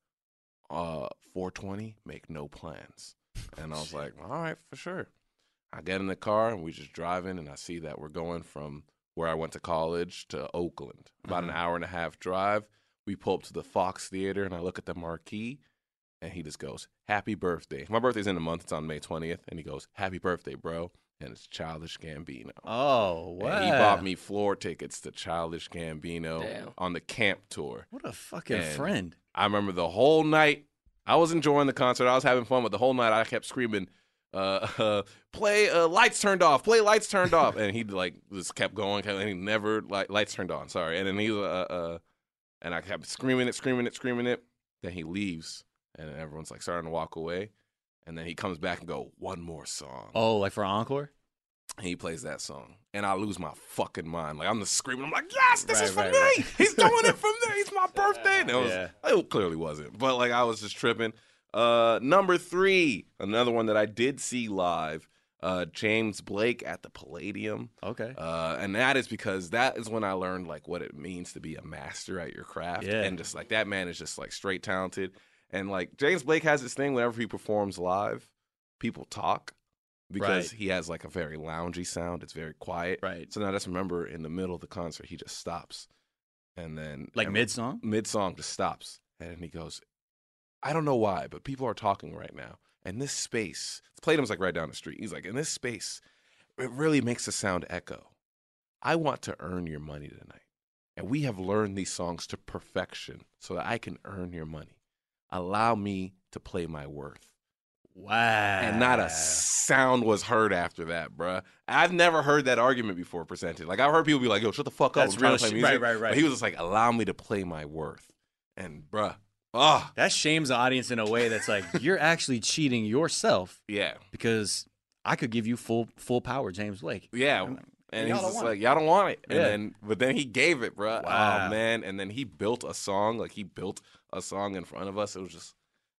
uh, 420, make no plans. And I was like, all right, for sure. I get in the car and we just driving, and I see that we're going from where I went to college to Oakland, about Mm-hmm. an hour and a half drive. We pull up to the Fox Theater, and I look at the marquee, and he just goes, "Happy birthday!" My birthday's in a month; it's on May twentieth, and he goes, "Happy birthday, bro!" And it's Childish Gambino. Oh, wow. And he bought me floor tickets to Childish Gambino Damn. on the camp tour. What a fucking And- friend. I remember the whole night. I was enjoying the concert. I was having fun, but the whole night I kept screaming, uh, uh, "Play uh, lights turned off! Play lights turned off!" And he like just kept going, kept- and he never like lights turned on. Sorry. And then he uh, uh, and I kept screaming it, screaming it, screaming it. Then he leaves, and everyone's like starting to walk away, and then he comes back and go one more song. Oh, like for encore? And he plays that song, and I lose my fucking mind. Like I'm just screaming. I'm like, yes, this Right, is for right, me. right. He's doing it for me. It's my birthday. And it was, Yeah. it clearly wasn't, but like I was just tripping. Uh, number three, another one that I did see live. Uh, James Blake at the Palladium. Okay. Uh, and that is because that is when I learned like what it means to be a master at your craft, Yeah. and just like that man is just like straight talented, and like James Blake has this thing whenever he performs live, people talk because Right. he has like a very loungy sound. It's very quiet. Right. So now just remember, in the middle of the concert, he just stops, and then Like mid song? mid song just stops, and he goes, I don't know why, but people are talking right now, and this space. Playdum's like right down the street. He's like, in this space, it really makes a sound echo. I want to earn your money tonight. And we have learned these songs to perfection so that I can earn your money. Allow me to play my worth. Wow. And not a sound was heard after that, bruh. I've never heard that argument before presented. Like I've heard people be like, "Yo, shut the fuck up." That's I'm trying real to play shit. music." Right, right, right. But he was just like, "Allow me to play my worth," and bruh, ah, That shames the audience in a way that's like you're actually cheating yourself yeah, because I could give you full full power, James Blake. yeah. I'm like, And "Y'all he's don't just want like, "Y'all don't want it." And Yeah. then, but then he gave it, bruh. Wow. Oh man! And then he built a song, like he built a song in front of us. It was just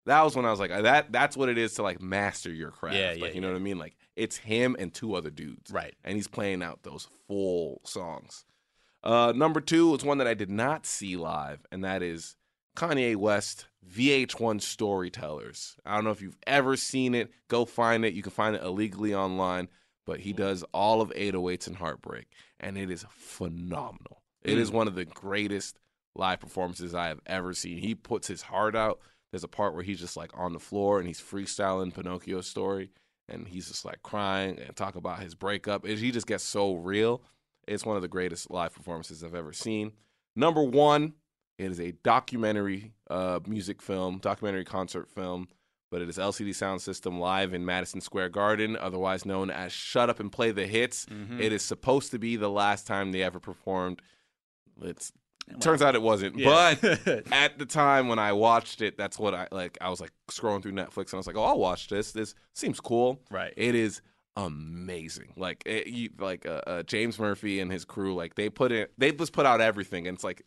that was when I was like, "That that's what it is to like master your craft." Yeah, like yeah, you know what I mean? Like it's him and two other dudes, Right. and he's playing out those full songs. Uh, number two is one that I did not see live, and that is Kanye West VH1 Storytellers. I don't know if you've ever seen it. Go find it. You can find it illegally online, but he does all of 808s and Heartbreak, and it is phenomenal. It is one of the greatest live performances I have ever seen. He puts his heart out. There's a part where he's just like on the floor and he's freestyling Pinocchio's story and he's just like crying and talk about his breakup. It, he just gets so real. It's one of the greatest live performances I've ever seen. Number one, it is a documentary uh, music film, documentary concert film, but it is LCD Sound System live in Madison Square Garden, otherwise known as Shut Up and Play the Hits. Hmm. It is supposed to be the last time they ever performed. It's turns out it wasn't, but But at the time when I watched it, that's what I like. I was like scrolling through Netflix and I was like, "Oh, I'll watch this. This seems cool." Right. It is amazing. Like it, you, like uh, uh, James Murphy and his crew, like they put it. They just put out everything, and it's like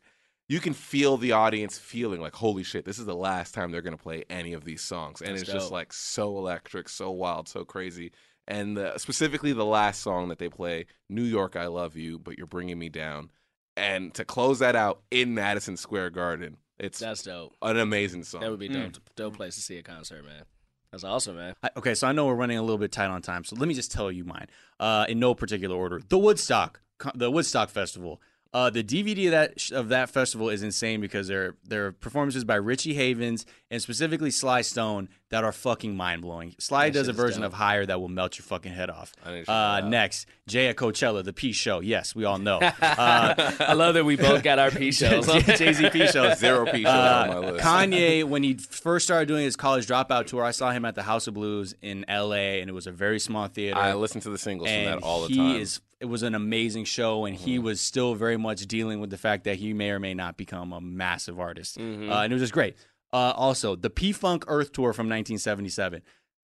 you can feel the audience feeling like, "Holy shit, this is the last time they're gonna play any of these songs," and That's it's just dope. like so electric, so wild, so crazy. And the, specifically, the last song that they play, "New York, I Love You," but you're bringing me down. And to close that out in Madison Square Garden, it's That's dope. an amazing song. That would be dope. Mm. Dope place to see a concert, man. That's awesome, man. I, okay, so I know we're running a little bit tight on time, so let me just tell you mine. Uh, in no particular order, the Woodstock, co- the Woodstock Festival. Uh, the DVD of that of that festival is insane because there there are performances by Richie Havens and specifically Sly Stone that are fucking mind blowing. Sly does a version of Higher that will melt your fucking head off. I need to check that Uh, out. next, Jay at Coachella, the Peace Show. Yes, we all know. Uh, I love that we both got our P shows. Jay Z Peace Show. Zero P shows on my Uh, list. Kanye, when he first started doing his college dropout tour, I saw him at the House of Blues in L.A. and it was a very small theater. I listen to the singles from that and all the he time. Mm-hmm. is. It was an amazing show, and he was still very much dealing with the fact that he may or may not become a massive artist. Mm-hmm. Uh, and it was just great. Uh, also, the P Funk Earth Tour from 1977.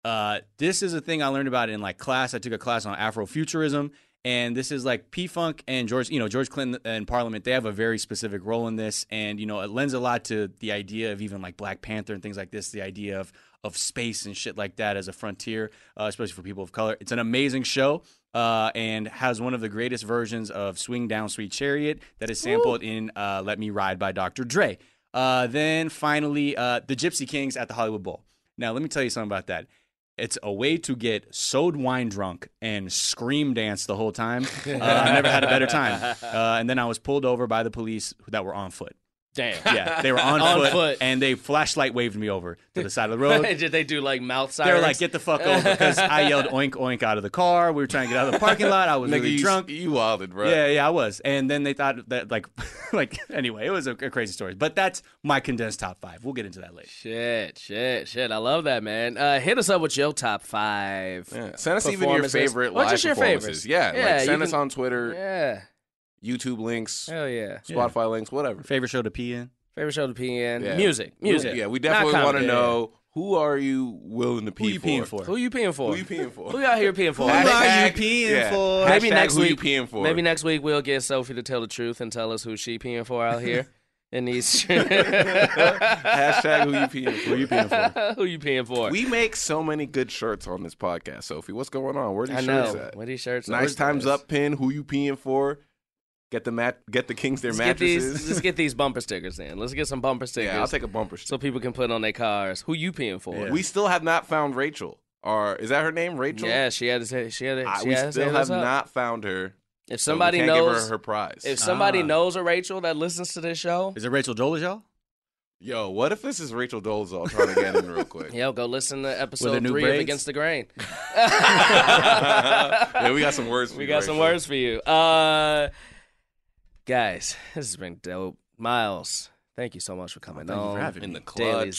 Uh, this is a thing I learned about in like class. I took a class on Afrofuturism, and this is like P Funk and George, you know, George Clinton and Parliament. They have a very specific role in this, and you know, it lends a lot to the idea of even like Black Panther and things like this. The idea of of space and shit like that as a frontier, uh, especially for people of color. It's an amazing show. Uh, and has one of the greatest versions of "Swing Down, Sweet Chariot" that is sampled in uh, "Let Me Ride" by Dr. Dre. Uh, then finally, uh, the Gypsy Kings at the Hollywood Bowl. Now, let me tell you something about that. It's a way to get sewed wine drunk and scream dance the whole time. Uh, I never had a better time. Uh, and then I was pulled over by the police that were on foot. Damn. Yeah, they were on, On foot, foot. and they flashlight waved me over to the side of the road. Did they do like mouth sirens? They were like, "Get the fuck over!" Because I yelled "oink oink" out of the car. We were trying to get out of the parking lot. I was Nigga, really you, drunk. You wilded, bro. Yeah, yeah, I was. And then they thought that, like, like anyway, it was a, a crazy story. But that's my condensed top five. We'll get into that later. Shit, shit, shit. I love that, man. Uh, hit us up with your top five. Yeah. Send us even your Performances. favorite What's live just your performances. favorites? Yeah, Yeah, like you send us can- on Twitter, Yeah. YouTube links, Hell yeah. Spotify links, whatever. Favorite show to pee in? Favorite show to pee in? Yeah. Music. Music. Yeah, we Not definitely want to comedy. know Who are you willing to pee Who you for? peeing for? Who you peeing for? Who you peeing for? Who y'all here peeing for? Who are you Hashtag- peeing yeah. for? Maybe Hashtag next who week. You peeing for? Maybe next week we'll get Sophie to tell the truth and tell us who she peeing for out here in these. who you Hashtag who you peeing for? who you peeing for? We make so many good shirts on this podcast, Sophie. What's going on? Where are these I shirts know. at? What these shirts? are. nice times Let's up pin. Who you peeing for? Get the mat. Get the Kings their Get these, mattresses. let's get these bumper stickers in. Let's get some bumper stickers yeah, I'll take a bumper. sticker. so people can put on their cars. Who you peeing for? We still have not found Rachel. Or is that her name, Rachel? Yeah, she had to say she had to, I, she we had to say still have what's up. not found her. If so we somebody can't give knows her her prize. if somebody Ah. knows a Rachel that listens to this show, Is it Rachel Dolezal? y'all? Yo, what if this is Rachel Dolezal trying to get in real quick? yo, go listen to episode new three of braids? Against the Grain. yeah, we got some words. For We you, got some Rachel. words for you. Uh guys, this has been dope. Miles, thank you so much for coming Oh, Thank you on. for having in the me. Daily clutch.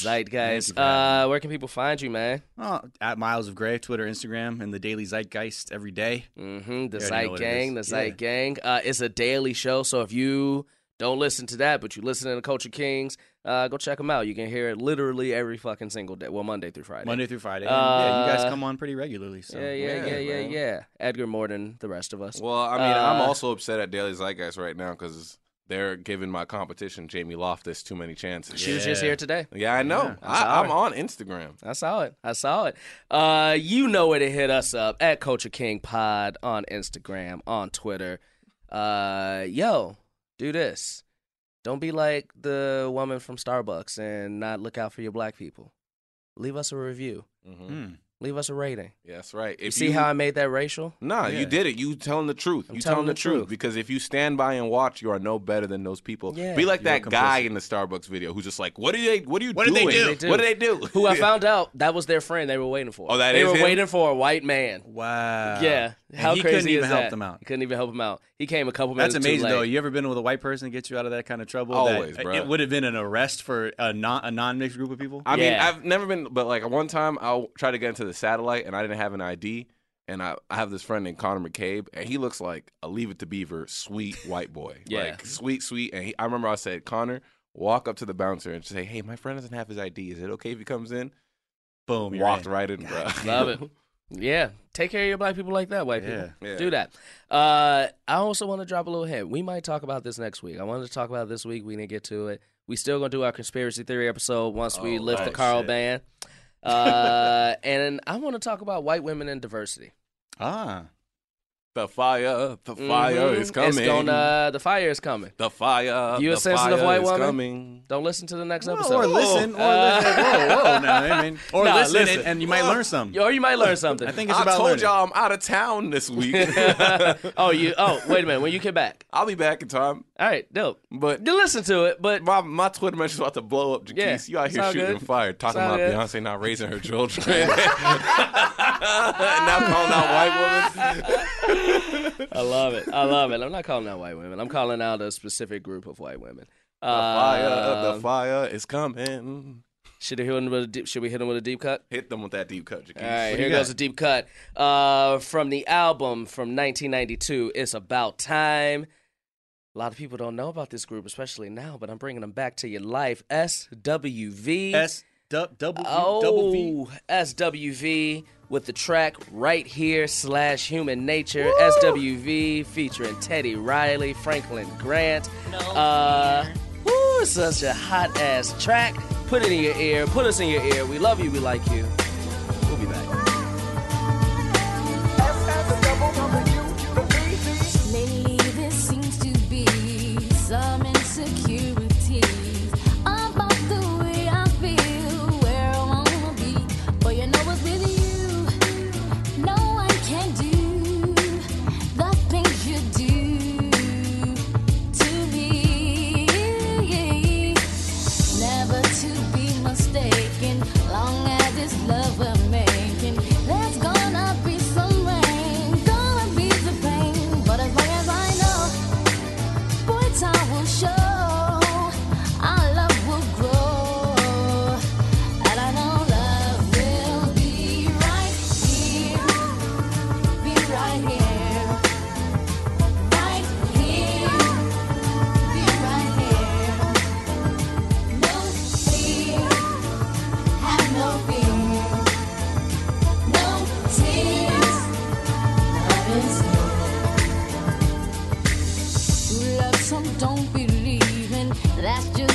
Thank Zeitgeist. you for having Uh, where can people find you, man? Oh, at Miles of Gray, Twitter, Instagram, and the Daily Zeitgeist every day. You Mm-hmm. The already know Zeit what it Gang. The is. Zeit Yeah. Gang. Uh, it's a daily show, so if you don't listen to that, but you listen to Culture Kings, uh, go check them out. You can hear it literally every fucking single day. Well, Monday through Friday. Monday through Friday. And, yeah, you Uh, guys come on pretty regularly. So yeah, yeah, Yeah, yeah, yeah, man. yeah. Edgar Morton, the rest of us. Well, I mean, I'm Uh, also upset at Daily Zeitgeist right now because they're giving my competition, Jamie Loftus, too many chances. she was just yeah. here today. Yeah, I know. Yeah, I, I'm on Instagram. I saw it. I saw it. Uh, you know where to hit us up at Culture King Pod on Instagram, on Twitter. Uh, yo, do this. Don't be like the woman from Starbucks and not look out for your black people. Leave us a review. Mm-hmm. Hmm. Leave us a rating. Yeah, that's right. If you see how I made that racial? Nah, you Yeah. did it. You telling the truth. I'm you telling telling, the the truth. truth. because if you stand by and watch, you are no better than those people. Yeah. Be like You are that guy complicit. in the Starbucks video who's just like, "What are they? What are you What did doing? they do? They do. What do they do?" Who I found out that was their friend they were waiting for. Oh, that they is were him? waiting for a white man. Wow. yeah, And how he crazy couldn't even is help that? them out. He couldn't even help him out. He came a couple minutes. That's amazing, too though. late. You ever been with a white person to get you out of that kind of trouble? Always, that, bruh. It would have been an arrest for a non a non mixed group of people. I mean, Yeah. I've never been, but like one time I tried to get into the satellite and I didn't have an ID. And I, I have this friend named Connor McCabe, and he looks like a Leave It to Beaver sweet white boy. Yeah. Like, sweet, sweet. And he, I remember I said, Connor, walk up to the bouncer and say, hey, my friend doesn't have his ID. Is it okay if he comes in? Boom. you're Walked in. right in, bro. Love it. Yeah. Take care of your black people like that, white people. Yeah. Yeah. Do that. Uh, I also want to drop a little hint. We might talk about this next week. I wanted to talk about it this week. We didn't get to it. We still gonna do our conspiracy theory episode once we Oh, lift the oh, Carl shit. ban. Uh, and I want to talk about white women and diversity. Ah. The fire, the fire Mhm. is coming. It's gonna, the fire is coming. The fire, You a the sensitive fire white is woman? coming. Don't listen to the next Well, episode. Oh, uh, or listen, or listen. Whoa, whoa, no, I mean, or Nah, listen, listen. And, and you might learn some. Or you might learn something. I think it's I about told learning. y'all I'm out of town this week. oh, you. Oh, wait a minute. When you get back. I'll be back in time, All right. Dope. but You listen to it, but My my Twitter mention's about to blow up, Jaquise. Yeah, you out it's here all shooting good. fire, talking all about good. Beyonce not raising her children, and now calling out white women. I love it. I love it. I'm not calling out white women. I'm calling out a specific group of white women. The fire, Uh, the fire is coming. should, we hit them with a deep, should we hit them with a deep cut? Hit them with that deep cut, Jaquise. All right, What here you got? goes a deep cut. Uh, from the album from 1992, It's About Time. A lot of people don't know about this group, especially now, but I'm bringing them back to your life. SWV. S du- double Oh, U- double V. SWV with the track right here slash human nature. SWV featuring Teddy Riley, Franklin Grant. uh, woo, it's such a hot ass track. Put it in your ear. Put us in your ear. We love you. We like you. We'll be back. Lately, there seems to be some insecurities about the way I feel, where I wanna be. But you know what's with you? No one can do the things you do to me. Never to be mistaken, long as it's love. That's just